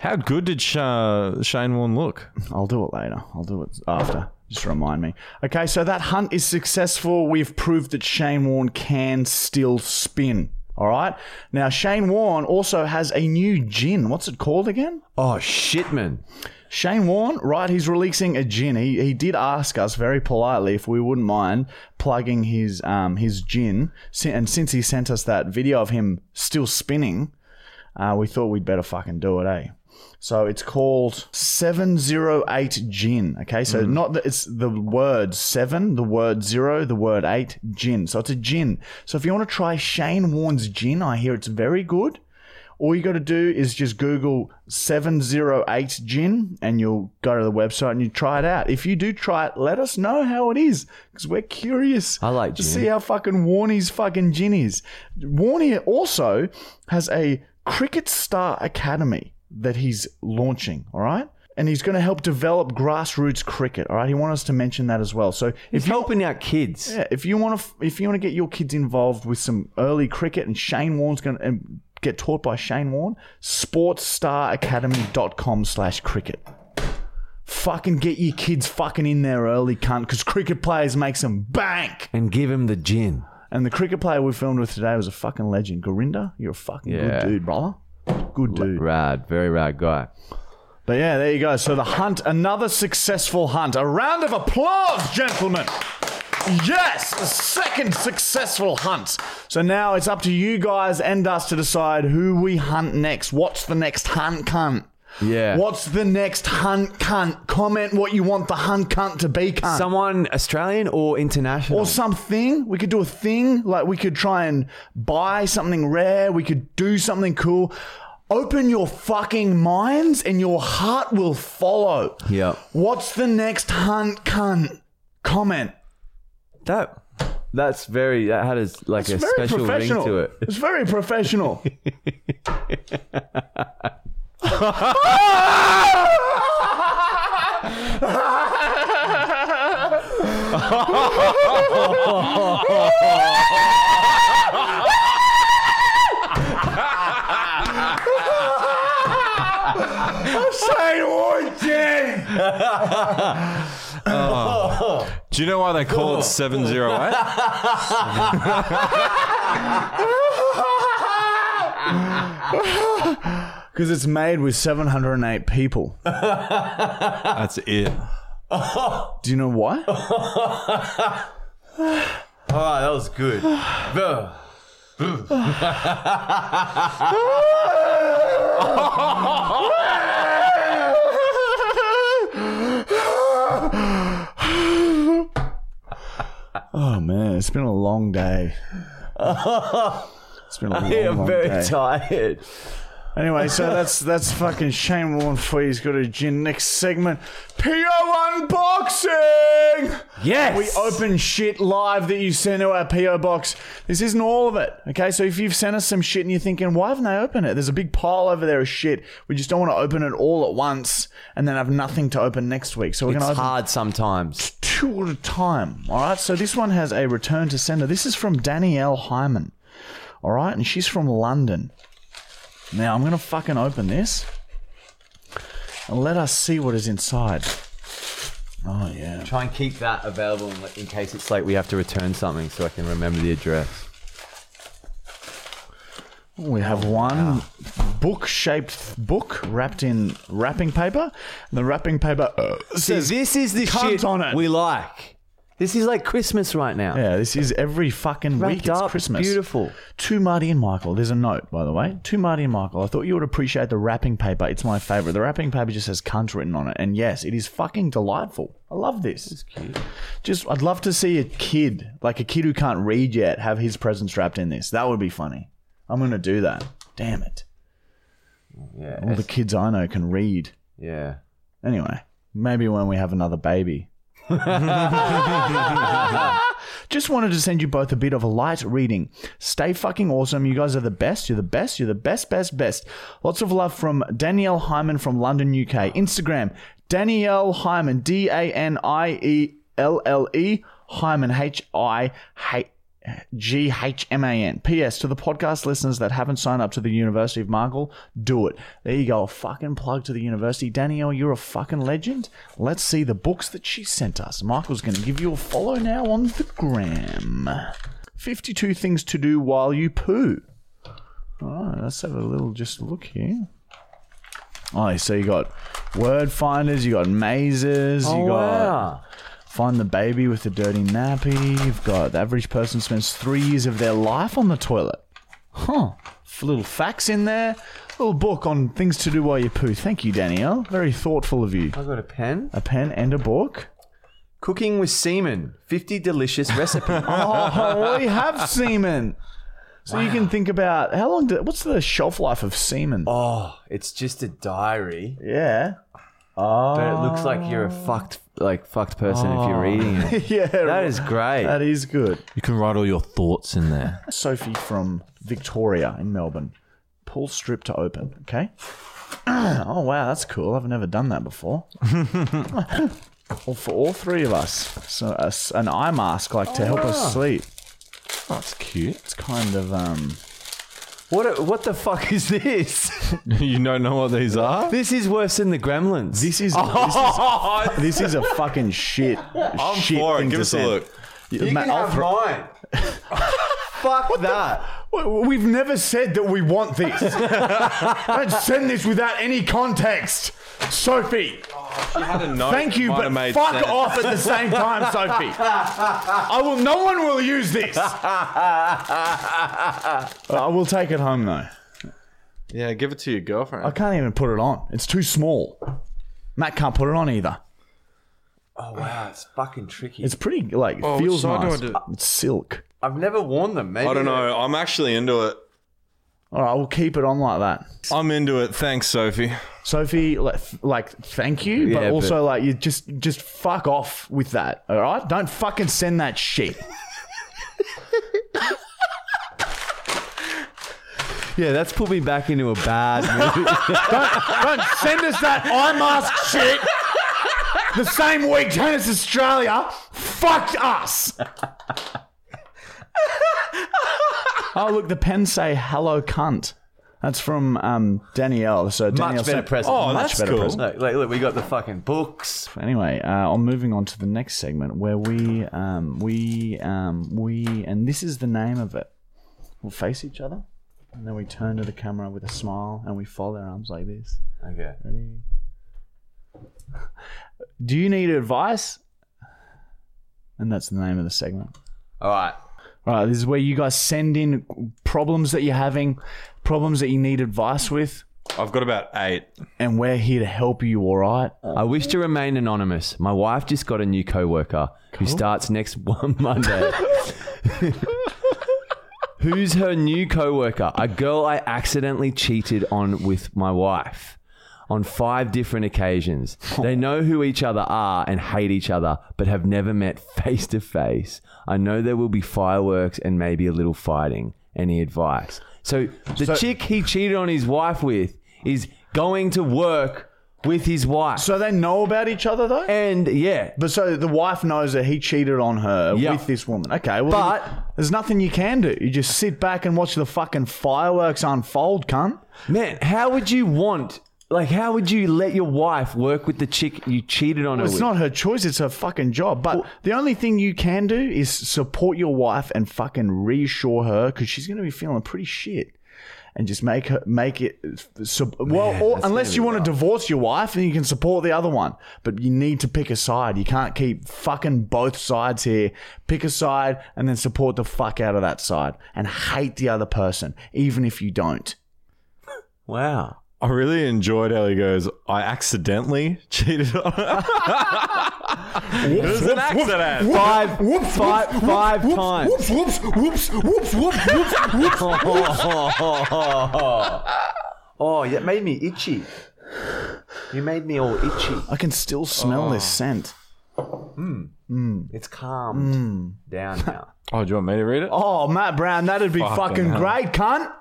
B: How good did Sha- Shane Warne look?
A: I'll do it later. I'll do it after. Just remind me. Okay, so that hunt is successful. We've proved that Shane Warne can still spin. All right. Now Shane Warne also has a new gin. What's it called again?
C: Oh shit, man!
A: Shane Warne, right? He's releasing a gin. He, he did ask us very politely if we wouldn't mind plugging his um his gin. Si- And since he sent us that video of him still spinning, uh, we thought we'd better fucking do it, eh? So it's called seven zero eight gin. Okay, so not the, it's the word seven, the word zero, the word eight gin. So it's a gin. So if you want to try Shane Warne's gin, I hear it's very good. All you got to do is just Google 708 gin and you'll go to the website and you try it out. If you do try it, let us know how it is because we're curious.
C: I like
A: to
C: gin.
A: see how fucking Warney's fucking gin is. Warney also has a Cricket Star Academy that he's launching, all right? And he's going to help develop grassroots cricket, all right? He wants us to mention that as well. So
C: It's helping out kids.
A: yeah, if you want to, if you want to get your kids involved with some early cricket, and Shane Warne's going to get taught by Shane Warne, sportstaracademy.com slash cricket. Fucking get your kids fucking in there early, cunt, because cricket players make some bank.
C: And give him the gin.
A: And the cricket player we filmed with today was a fucking legend. Gorinda, you're a fucking
C: Yeah.
A: good dude, brother. Good dude.
C: Rad, very rad guy.
A: But yeah, there you go. So the hunt, another successful hunt. A round of applause, gentlemen. Yes, the second successful hunt. So now it's up to you guys and us to decide who we hunt next. What's the next hunt cunt?
C: Yeah.
A: What's the next hunt cunt? Comment what you want the hunt cunt to be cunt.
C: Someone Australian or international?
A: or something. We could do a thing. Like we could try and buy something rare. We could do something cool. Open your fucking minds and your heart will follow.
C: Yeah.
A: What's the next hunt cunt? Comment.
C: that. That's very. That had a like
A: It's
C: a
A: very
C: special ring
A: professional.
C: to it.
A: It's very professional.
B: Oh. Do you know why they call it 708?
A: Because it's made with 708 people.
B: That's it.
A: Do you know why?
C: Oh, that was good.
A: Oh man, it's been a long day. It's been a long,
C: I'm
A: long
C: very
A: day.
C: tired.
A: Anyway, so that's that's fucking Shane Warne for he's got a gin. Next segment, PO unboxing.
C: Yes.
A: We open shit live that you send to our PO box. This isn't all of it, okay? So if you've sent us some shit and you're thinking, why haven't they opened it? There's a big pile over there of shit. We just don't want to open it all at once and then have nothing to open next week. So we're
C: It's
A: gonna open
C: hard sometimes.
A: two at a time. All right. So this one has a return to sender. This is from Danielle Hyman. All right, and she's from London. Now I'm gonna fucking open this and let us see what is inside. Oh yeah.
C: Try and keep that available in- in case it's like we have to return something, so I can remember the address.
A: We have one book-shaped book wrapped in wrapping paper. And the wrapping paper uh,
C: See,
A: says
C: this is the
A: cunt
C: shit
A: on it.
C: we like. This is like Christmas right now.
A: Yeah, this is every fucking
C: Wrapped
A: week.
C: up,
A: it's Christmas.
C: beautiful.
A: To Marty and Michael, there's a note, by the way. To Marty and Michael, I thought you would appreciate the wrapping paper. It's my favorite. The wrapping paper just has cunt written on it. And yes, it is fucking delightful. I love this. It's cute. Just, I'd love to see a kid, like a kid who can't read yet, have his presents wrapped in this. That would be funny. I'm going to do that. Damn it.
C: Yeah.
A: All the kids I know can read.
C: yeah.
A: Anyway, maybe when we have another baby. Just wanted to send you both a bit of a light reading. Stay fucking awesome. You guys are the best. You're the best. You're the best, best, best. Lots of love from Danielle Hyman from London, UK. Instagram, Danielle Hyman, D A N I E L L E, Hyman, H I H. G H M A N. P.S. To the podcast listeners that haven't signed up to the University of Markle, do it. There you go. A fucking plug to the university. Danielle, you're a fucking legend. Let's see the books that she sent us. Michael's going to give you a follow now on the gram. 52 things to do while you poo. All right, let's have a little just look here. Oh, so you got word finders, you got mazes,
C: Oh,
A: you got Find the baby with the dirty nappy. You've got the average person spends three years of their life on the toilet. Huh. F- Little facts in there. Little book on things to do while you poo. Thank you, Danielle. Very thoughtful of you.
C: I've got a pen.
A: A pen and a book.
C: Cooking with semen. 50 delicious recipes.
A: Oh, we have semen. So you can think about how long. Do, what's the shelf life of semen?
C: oh, it's just a diary.
A: Yeah.
C: But it looks like you're a fucked, like, fucked person if you're reading it.
A: Yeah.
C: That is great.
A: That is good.
B: You can write all your thoughts in there.
A: Sophie from Victoria in Melbourne. Pull strip to open, okay? oh, wow, that's cool. I've never done that before. well, for all three of us, so a s an eye mask, like
B: Oh,
A: to help us sleep.
B: That's cute.
A: It's kind of, um,
C: What, a- what the fuck is this?
B: you don't know what these are?
C: this is worse than the gremlins.
A: this is, this is, this is a fucking shit.
B: Oh. I'm
A: shit
B: for it.
A: thing
B: Give
A: to
B: us a
A: send.
B: look.
A: Yeah, mate, I'll throw-
C: mine. fuck that.
A: We- We've never said that we want this.
D: I'd send this without any context. Sophie, thank you, but fuck off at the same time, Sophie. I will. No one will use this.
A: I will take it home though.
B: Yeah, give it to your girlfriend.
A: I can't even put it on. It's too small. Matt can't put it on either.
C: Oh, wow. It's fucking tricky.
A: It's pretty like it
B: Oh, which
A: feels
B: side do I
A: nice. Uh,
B: do?
A: It's silk.
C: I've never worn them. Maybe
B: I don't know. I'm actually into it.
A: All right, we'll keep it on like that.
B: I'm into it. Thanks, Sophie.
A: Sophie, like, th- like thank you, but
C: Yeah, but-
A: also like you just just fuck off with that. All right, don't fucking send that shit.
C: Yeah, that's put me back into a bad mood.
A: don't send us that eye mask shit. The same week Tennis Australia fucked us. oh look, the pen say hello cunt. That's from um, Danielle. So Danielle
C: Much better
A: said-
C: present.
B: Oh,
A: Much
B: that's
A: better
B: cool.
A: present.
C: Look, look, look, we got the fucking books.
A: Anyway, uh, I'm moving on to the next segment where we, um, we, um, we, and this is the name of it. We'll face each other, and then we turn to the camera with a smile, and we fold our arms like this.
C: Okay.
A: Do you need advice? And that's the name of the segment.
C: All right.
A: All right, this is where you guys send in problems that you're having, problems that you need advice with,
B: I've got about eight.
A: and we're here to help you. All right.
C: I wish to remain anonymous. My wife just got a new coworker who starts next one Monday. Who's her new coworker? A girl I accidentally cheated on with my wife on five different occasions. They know who each other are and hate each other, but have never met face to face. I know there will be fireworks and maybe a little fighting. Any advice? So the chick he cheated on his wife with is going to work with his wife.
A: So they know about each other, though.
C: And yeah,
A: But so the wife knows that he cheated on her
C: Yeah.
A: with this woman. Okay, well,
C: But-
A: then there's nothing you can do. You just sit back and watch the fucking fireworks unfold, cunt.
C: man, how would you want? Like, how would you let your wife work with the chick you cheated on her
A: It's
C: with?
A: not her choice; it's her fucking job. But the only thing you can do is support your wife and fucking reassure her because she's gonna be feeling pretty shit. and just make her make it. Sub- well, or, unless you want to divorce your wife and you can support the other one, but you need to pick a side. You can't keep fucking both sides here. Pick a side and then support the fuck out of that side and hate the other person, even if you don't.
C: Wow.
B: I really enjoyed how he goes, I accidentally cheated on her. it was an accident.
C: Five, five, five times.
D: Whoops, whoops, whoops, whoops, whoops.
C: Oh, it made me itchy. You made me all itchy.
A: I can still smell this scent.
C: It's calmed
D: Hmm.
C: down now.
B: Oh, do you want me to read it?
A: Oh, Matt Brown, that'd be
B: Fucking
A: fucking,
B: hell.
A: great, cunt.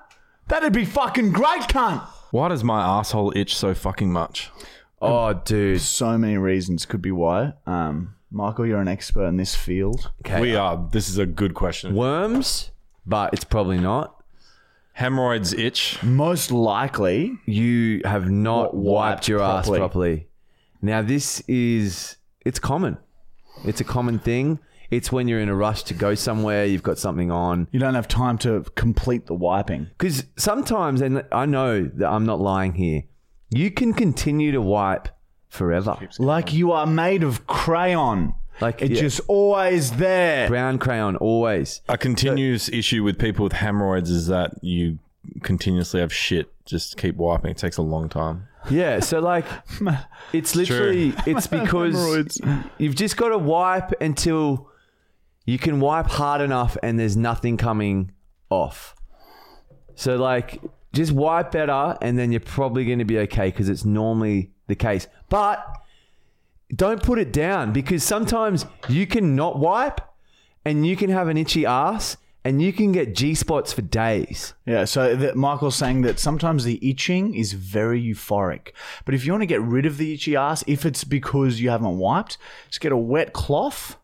A: That'd be fucking great, cunt.
B: Why does my asshole itch so fucking much?
C: Oh, dude.
A: So many reasons could be why. Um, Michael, you're an expert in this field.
D: uh,
B: We are. This is a good question.
C: Worms, but it's probably not.
B: Hemorrhoids itch.
A: Most likely,
C: You have not
A: Not
C: wiped,
A: wiped
C: your ass
A: properly.
C: properly. Now, this is, it's common. It's a common thing. It's when you're in a rush to go somewhere, you've got something on.
A: you don't have time to complete the wiping.
C: Because sometimes, and I know that I'm not lying here, you can continue to wipe forever.
A: Like you are made of crayon.
C: Like,
A: It's
C: yeah,
A: just always there.
C: brown crayon, always.
B: A continuous issue with people with hemorrhoids is that you continuously have shit. Just keep wiping. It takes a long time.
C: Yeah, so like it's literally it's because
A: Hemorrhoids.
C: you've just got to wipe until you can wipe hard enough and there's nothing coming off. So like just wipe better and then you're probably going to be okay cuz it's normally the case. But don't put it down because sometimes you can not wipe and you can have an itchy ass and you can get G spots for days.
A: Yeah, so that Michael's saying that sometimes the itching is very euphoric. But if you want to get rid of the itchy ass, if it's because you haven't wiped, just get a wet cloth,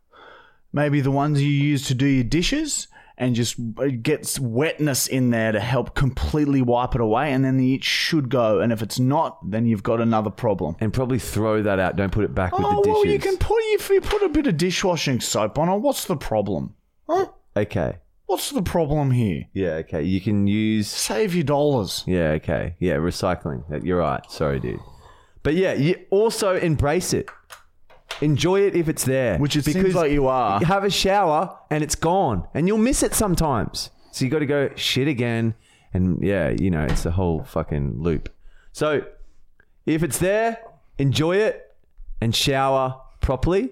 A: maybe the ones you use to do your dishes, and just uh, get wetness in there to help completely wipe it away, and then the itch should go. And if it's not, then you've got another problem.
C: And probably throw that out. Don't put it back with
A: Oh,
C: the dishes.
A: well, you can put, if you put a bit of dishwashing soap on it, what's the problem? Huh?
C: okay.
A: What's the problem here?
C: Yeah, okay. You can use.
A: Save your dollars.
C: Yeah, okay. Yeah, recycling. That- You're right. Sorry, dude. But yeah, you also embrace it. Enjoy it if it's there.
A: Which it seems like you are.
C: you have a shower and it's gone, and you'll miss it sometimes. So you got to go shit again, and yeah, you know it's a whole fucking loop. So if it's there, enjoy it and shower properly.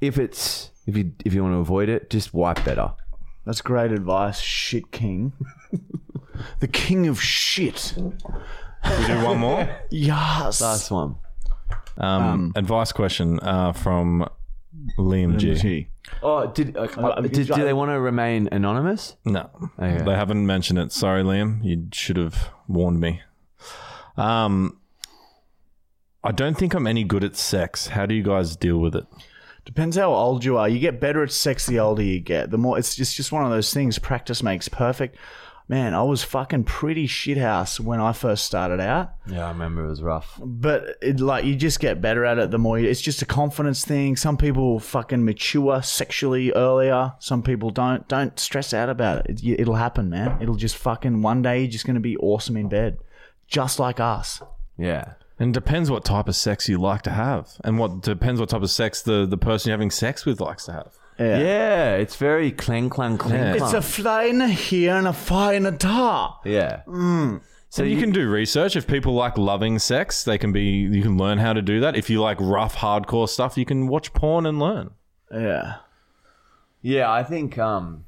C: If it's if you if you want to avoid it, just wipe better.
A: That's great advice, shit king. the king of shit.
B: We do one more.
A: Yes.
C: Last one.
B: Um, advice question uh, from Liam G.
A: Gee.
C: Oh, did uh, did, do they want to remain anonymous?
B: No, they haven't mentioned it. Sorry, Liam. You should have warned me. Um, I don't think I'm any good at sex. How do you guys deal with it?
A: Depends how old you are. You get better at sex the older you get. The more it's just, it's just one of those things. Practice makes perfect. Man, I was fucking pretty shithouse when I first started out.
C: Yeah, I remember it was rough.
A: But it, like you just get better at it the more you, it's just a confidence thing. Some people fucking mature sexually earlier. Some people don't. Don't stress out about it. it you- it'll happen, man. It'll just fucking one day you're just gonna be awesome in bed, just like us.
C: Yeah,
B: And it depends what type of sex you like to have, and what depends what type of sex the, the person you're having sex with likes to have.
C: yeah, it's very clang clang clang.
B: Yeah.
A: It's a flying here and a flying tar.
C: yeah. So
B: And you, can do research. If people like loving sex, they can be. You can learn how to do that. If you like rough, hardcore stuff, you can watch porn and learn.
A: Yeah.
C: yeah, I think um,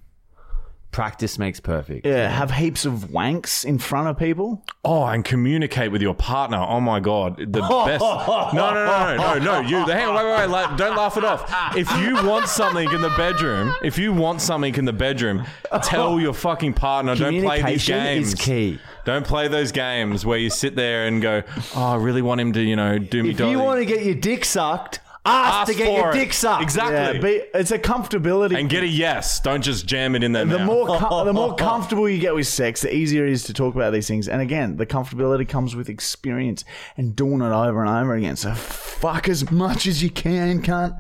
C: practice makes perfect.
A: Yeah. Have heaps of wanks in front of people.
B: Oh, and communicate with your partner. Oh my god, the best. No, no, no, no, no, no. You hang on, wait, wait, wait. la- Don't laugh it off. If you want something in the bedroom, if you want something in the bedroom, tell your fucking partner. Don't play these
C: Communication
B: games.
C: is key.
B: Don't play those games where you sit there and go, "Oh, I really want him to, you know, do me."
C: If you want to get your dick sucked, ask, to get your dick sucked.
B: exactly,
A: Yeah. Be, it's a comfortability.
B: and get a yes. Don't just jam it in there.
A: the more com- the more comfortable you get with sex, the easier it is to talk about these things. And again, the comfortability comes with experience and doing it over and over again. So fuck as much as you can, cunt.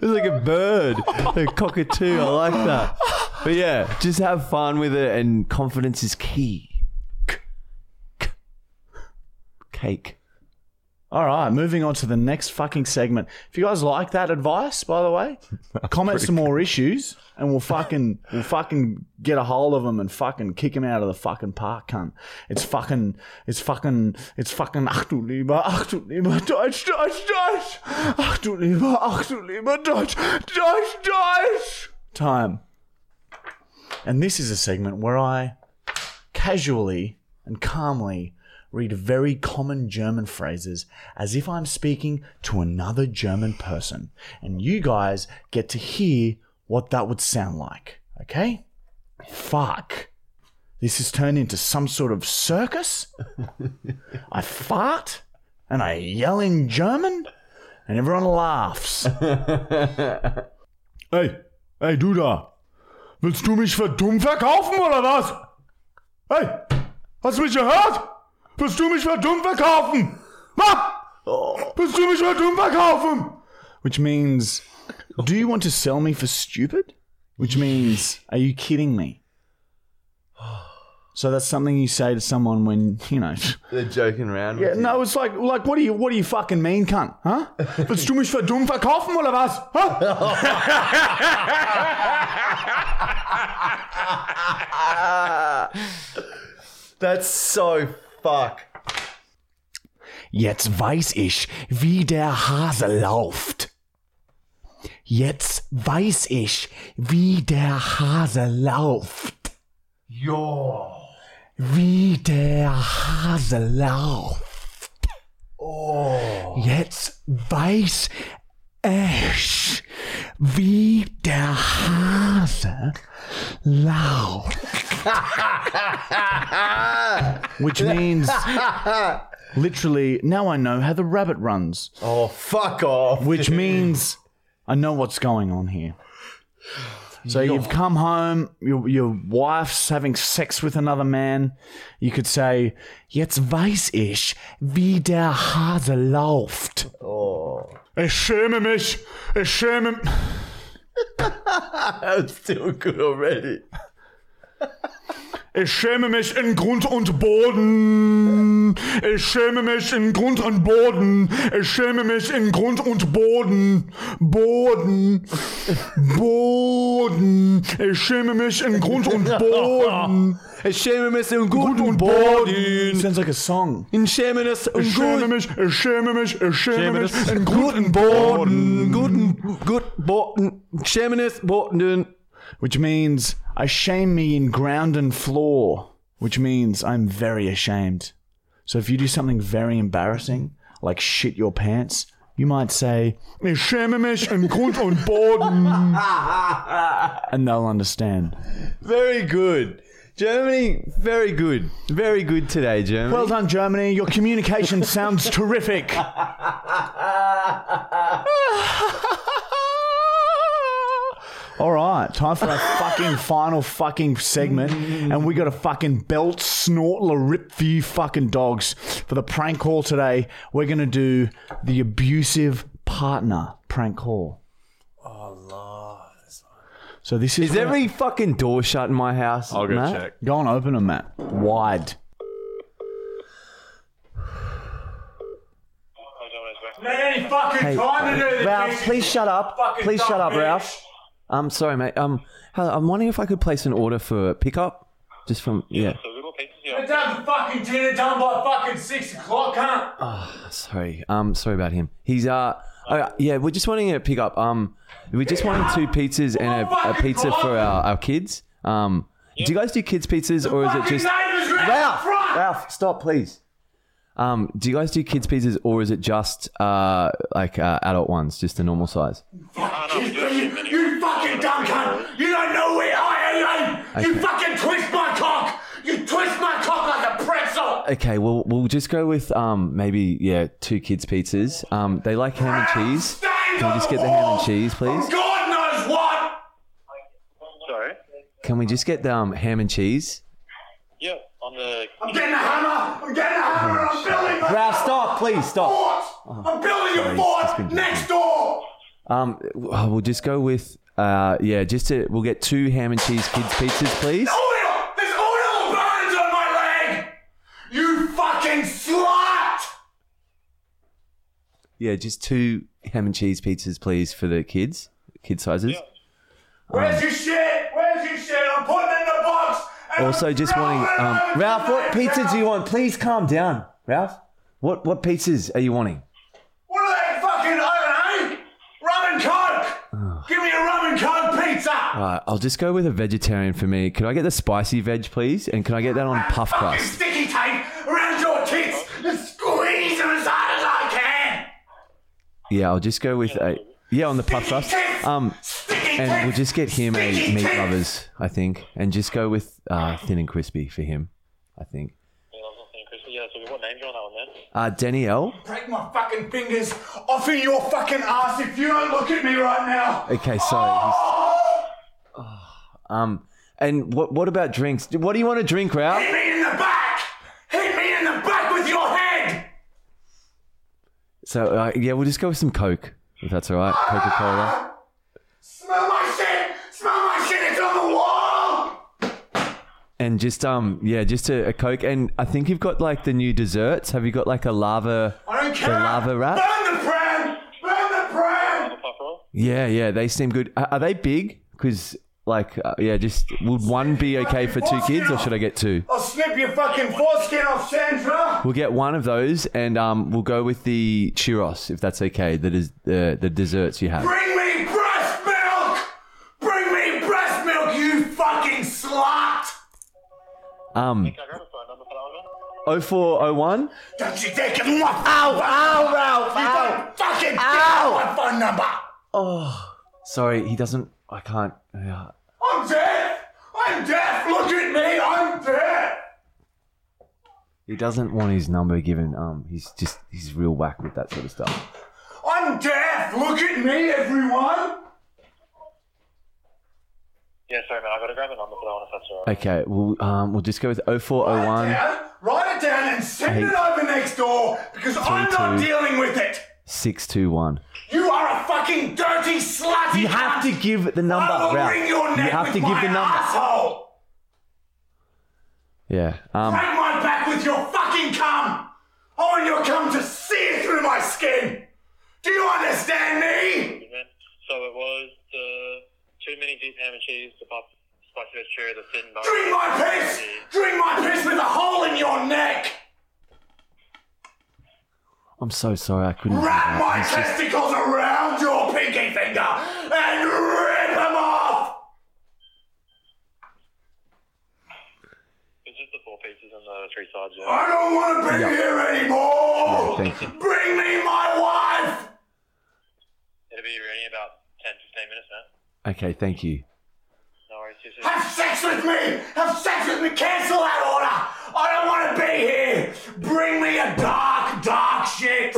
C: It was like a bird, a cockatoo. I like that. But yeah, just have fun with it, and confidence is key. K- k- Cake.
A: All right, moving on to the next fucking segment. If you guys like that advice, by the way, comment some more issues, and we'll fucking we'll fucking get a hold of them and fucking kick them out of the fucking park, cunt. It's fucking it's fucking it's fucking ach du lieber, ach du lieber Deutsch, Deutsch, Deutsch, ach du lieber, ach du lieber Deutsch, Deutsch, Deutsch time. And this is a segment where I casually and calmly read very common German phrases as if I'm speaking to another German person. And you guys get to hear what that would sound like. Okay? Fuck. This has turned into some sort of circus. I fart and I yell in German and everyone laughs.
D: Ey, ey, du da. Willst du mich für dumm verkaufen oder was? Hey, hast du mich gehört? Willst du mich für dumm verkaufen? Ma! Willst du mich für dumm verkaufen?
A: Which means, do you want to sell me for stupid? Which means, are you kidding me? So that's something you say to someone when, you know.
C: They're joking around.
A: Yeah, no, it's like, like, what do you, what do you fucking mean, cunt? Huh?
D: Willst du mich für dumm verkaufen oder was? Huh?
C: That's so fuck.
A: Jetzt weiß ich, wie der Hase lauft. Jetzt weiß ich, wie der Hase lauft. Jo. Wie der Hase lauft. Oh. Jetzt weiß ich, wie der Hase lauft. Which means literally now I know how the rabbit runs,
C: Oh, fuck off.
A: which means I know what's going on here. So you've come home, your, your wife's having sex with another man. You could say, Jetzt weiß ich, wie der Hase läuft.
D: Oh. Ich schäme mich. Ich schäme.
C: That's still good already.
D: Ich schäme mich in Grund und Boden. Ich schäme mich in Grund und Boden. Ich schäme mich in Grund und Boden. Boden. Boden. Ich schäme mich in Grund und Boden.
C: Ich schäme mich im guten
D: und
C: Boden.
A: Sounds like a song.
C: Ich schäme mich
D: Ich
C: im
D: schäme
C: guten
D: mich, ich schäme mich, ich schäme
B: Schäme
D: mich
B: mich.
D: in Grund und Boden.
C: Guten, gut, Boden. Ich schäme mich Boden.
A: which means I shame me in ground and floor, which means I'm very ashamed. So if you do something very embarrassing, like shit your pants, you might say,
D: Ich schäme mich in Grund und Boden.
A: and they'll understand.
C: Very good. Germany, very good. Very good today, Germany.
A: Well done, Germany. Your communication sounds terrific. All right, time for our fucking final fucking segment, and we got a fucking belt snortler rip for you fucking dogs. For the prank call today, we're gonna do the abusive partner prank call. Oh lord! So this is
C: Is
A: where-
C: every fucking door shut in my house?
B: I'll go
C: Matt?
B: check.
A: Go on, open them, Matt. Wide.
C: Hey, Ralph, please shut up. Please shut up, Ralph. I'm sorry, mate. Um, hello, I'm wondering if I could place an order for pickup, just from yeah. Sorry, um, sorry about him. He's uh, oh, yeah, we're just wanting a pickup. Um, we just wanted two pizzas and a, a pizza for our, our kids. Um, do you guys do kids pizzas or is it just Ralph? Ralph, stop, please. Um, do you guys do kids pizzas or is it just uh like uh, adult ones, just the normal size?
D: You fucking dumb cunt! You don't know where I am! You
C: Okay.
D: fucking twist my cock! You twist my cock like a pretzel!
C: Okay, well we'll just go with um maybe yeah two kids pizzas. Um, they like ham and cheese.
D: Stand
C: Can we
D: on
C: just get the
D: wall
C: ham and cheese, please?
D: from God knows what!
F: Sorry.
C: Can we just get the um, ham and cheese?
F: Yeah, on the.
D: I'm getting a hammer! I'm getting a hammer! I'm building my
C: Ralph, Oh, stop, please stop.
D: fort! I'm building a
C: Sorry, it's been
D: fort
C: busy.
D: next door!
C: Um, oh, we'll just go with uh, yeah, just to, we'll get two ham and cheese kids pizzas, please.
D: Oil! There's oil burns on my leg! You fucking slut!
C: Yeah, just two ham and cheese pizzas, please, for the kids, kid sizes.
D: Where's your shit? Where's your shit? I'm putting it in the box! and
C: Also,
D: I'm
C: just wanting
D: throwing it
C: um,
D: over
C: Ralph, what
D: there.
C: pizza do you want? Please calm down, Ralph. What what pizzas are you wanting?
D: What are they fucking oven, eh? Rum and coke! Give me a rum and coke pizza!
C: Uh, I'll just go with a vegetarian for me. Could I get the spicy veg, please? And can I get that on puff
D: fucking
C: crust?
D: sticky tape around your tits and squeeze them as hard as I can!
C: Yeah, I'll just go with a yeah on the puff crust. Um,
D: Sticky
C: and we'll
D: tits!
C: just get him a
D: Sticky
C: meat
D: tits!
C: lovers, I think, and just go with uh, thin and crispy for him, I think.
F: Yeah, I was listening to Chris. Yeah, so we got names on that one then.
C: Uh, Danielle.
D: Break my fucking fingers off in your fucking ass if you don't look at me right now! Oh,
C: Okay, sorry. he's- um, and what what about drinks? What do you want to drink, Ralph?
D: Hit me in the back! Hit me in the back with your head!
C: So uh, yeah, we'll just go with some Coke, if that's all right. Coca Cola.
D: Smell my shit! Smell my shit! It's on the wall!
C: And just um, yeah, just a, a Coke. And I think you've got like the new desserts. Have you got like a lava?
D: I don't care!
C: lava wrap?
D: Burn the pram! Burn the pram!
F: Puff roll.
C: Yeah, yeah, they seem good. Are, are they big? Because like uh, yeah, just would one be okay for two kids, or should I get two?
D: I'll snip your fucking foreskin off, Sandra!
C: We'll get one of those, and um, we'll go with the churros if that's okay. That is uh, the desserts you have.
D: Bring me breast milk! Bring me breast milk, you fucking slut!
C: Um,
F: Can I grab a phone number for that one? then?
C: 0401.
D: Don't you think it's my Ow, ow, Ralph! You don't fucking ow. my phone number!
C: Oh, sorry, he doesn't. I can't. Uh,
D: I'm deaf! I'm deaf! Look at me! I'm deaf!
C: he doesn't want his number given. Um, he's just he's real whack with that sort of stuff.
D: I'm deaf! Look at me, everyone!
F: Yeah, sorry, man. I got to grab a number for that one if that's all right.
C: Okay, we'll um, we'll just go with 0401
D: Down, write it down and send it
C: Eight.
D: over next door because i I'm not
C: two.
D: dealing with it!
C: 621.
D: You are a fucking dirty slut!
C: You have to give the number,
D: I will
C: Ralph.
D: wring your neck
C: You have
D: with
C: to give
D: my
C: the number.
D: Asshole.
C: Yeah. Um.
D: Break my back with your fucking cum! I want your cum to sear through my skin! Do you understand me?
F: Good, man. So it was the too many deep ham and cheese, the puff, spicy veg cherry, the thin bun.
D: Drink my piss! Drink my piss with a hole in your neck!
C: I'm so sorry. I couldn't. do
D: Wrap
C: that.
D: my
C: He's just-
D: testicles around your pinky finger and rip them off!
F: It's just the four pieces and the three sides. Yeah.
D: I don't want to be here anymore!
C: thank you.
D: Bring me my wife!
F: It'll be ready in about 10, 15 minutes, man.
C: Okay. Thank you.
F: No worries. See you soon.
D: Have sex with me! Have sex with me! Cancel that order! I don't want to be here! Bring me a dark, dark shit!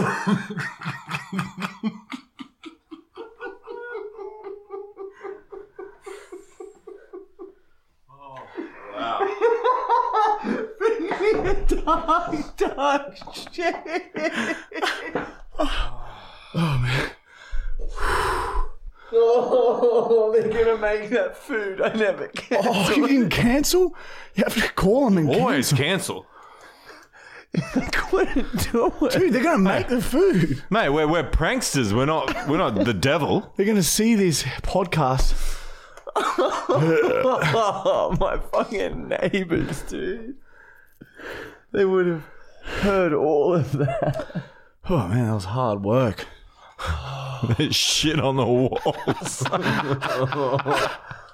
A: Oh, you didn't cancel? You have to call them and
B: Always cancel.
A: Dude, they're going to make the food.
B: Mate, we're, we're pranksters. We're not we're not the devil.
A: They're going to see this podcast.
C: Oh, my fucking neighbors, dude. They would have heard all of that.
A: Oh, man, that was hard work.
B: Shit on the walls.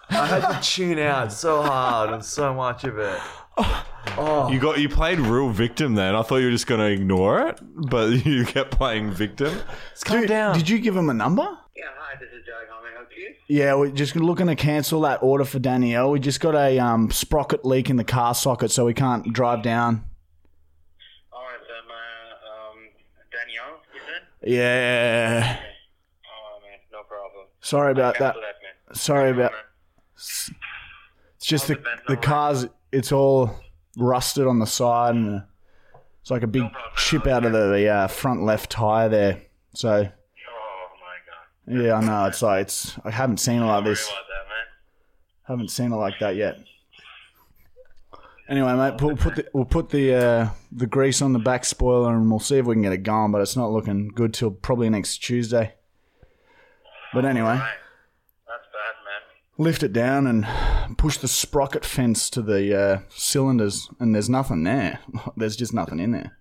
C: I had to tune out so hard on so much of it. Oh.
B: You got you played real victim then. I thought you were just gonna ignore it, but you kept playing victim.
C: Calm
A: Dude,
C: down.
A: Did you give him a number?
F: Yeah, hi. This is Joe. How may I help you?
A: Yeah, we're just looking to cancel that order for Danielle. We just got a um, sprocket leak in the car socket, so we can't drive down.
F: All right, so my um, Danielle, you said.
A: Yeah.
F: Oh man, no problem.
A: Sorry about Uh, that.
F: Cancel that, man.
A: Sorry about.
F: Alright.
A: It's just the the car's. It's all rusted on the side, and it's like a big chip out of the, the uh, front left tire there. So
F: Oh my god.
A: Yeah, I know. It's like it's. I haven't seen it like this.
F: Realize that, man.
A: Haven't seen it like that yet. Anyway, mate, we'll put the, we'll put the uh, the grease on the back spoiler, and we'll see if we can get it going. But it's not looking good till probably next Tuesday. But anyway,
F: That's bad, man.
A: lift it down and push the sprocket fence to the uh, cylinders, and there's nothing there. There's just nothing in there.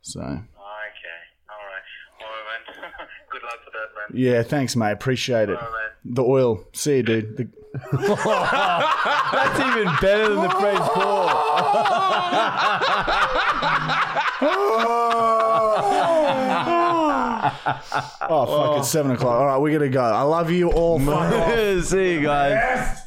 A: So
F: Okay. All right. All right, man. Good luck with that, man.
A: yeah, thanks, mate. Appreciate it.
F: All right, man.
A: The oil. See you, dude. The,
C: That's even better than the phrase four.
A: Oh fuck! It's seven o'clock. All right, we gotta go. I love you all. Fuck off.
C: See you guys.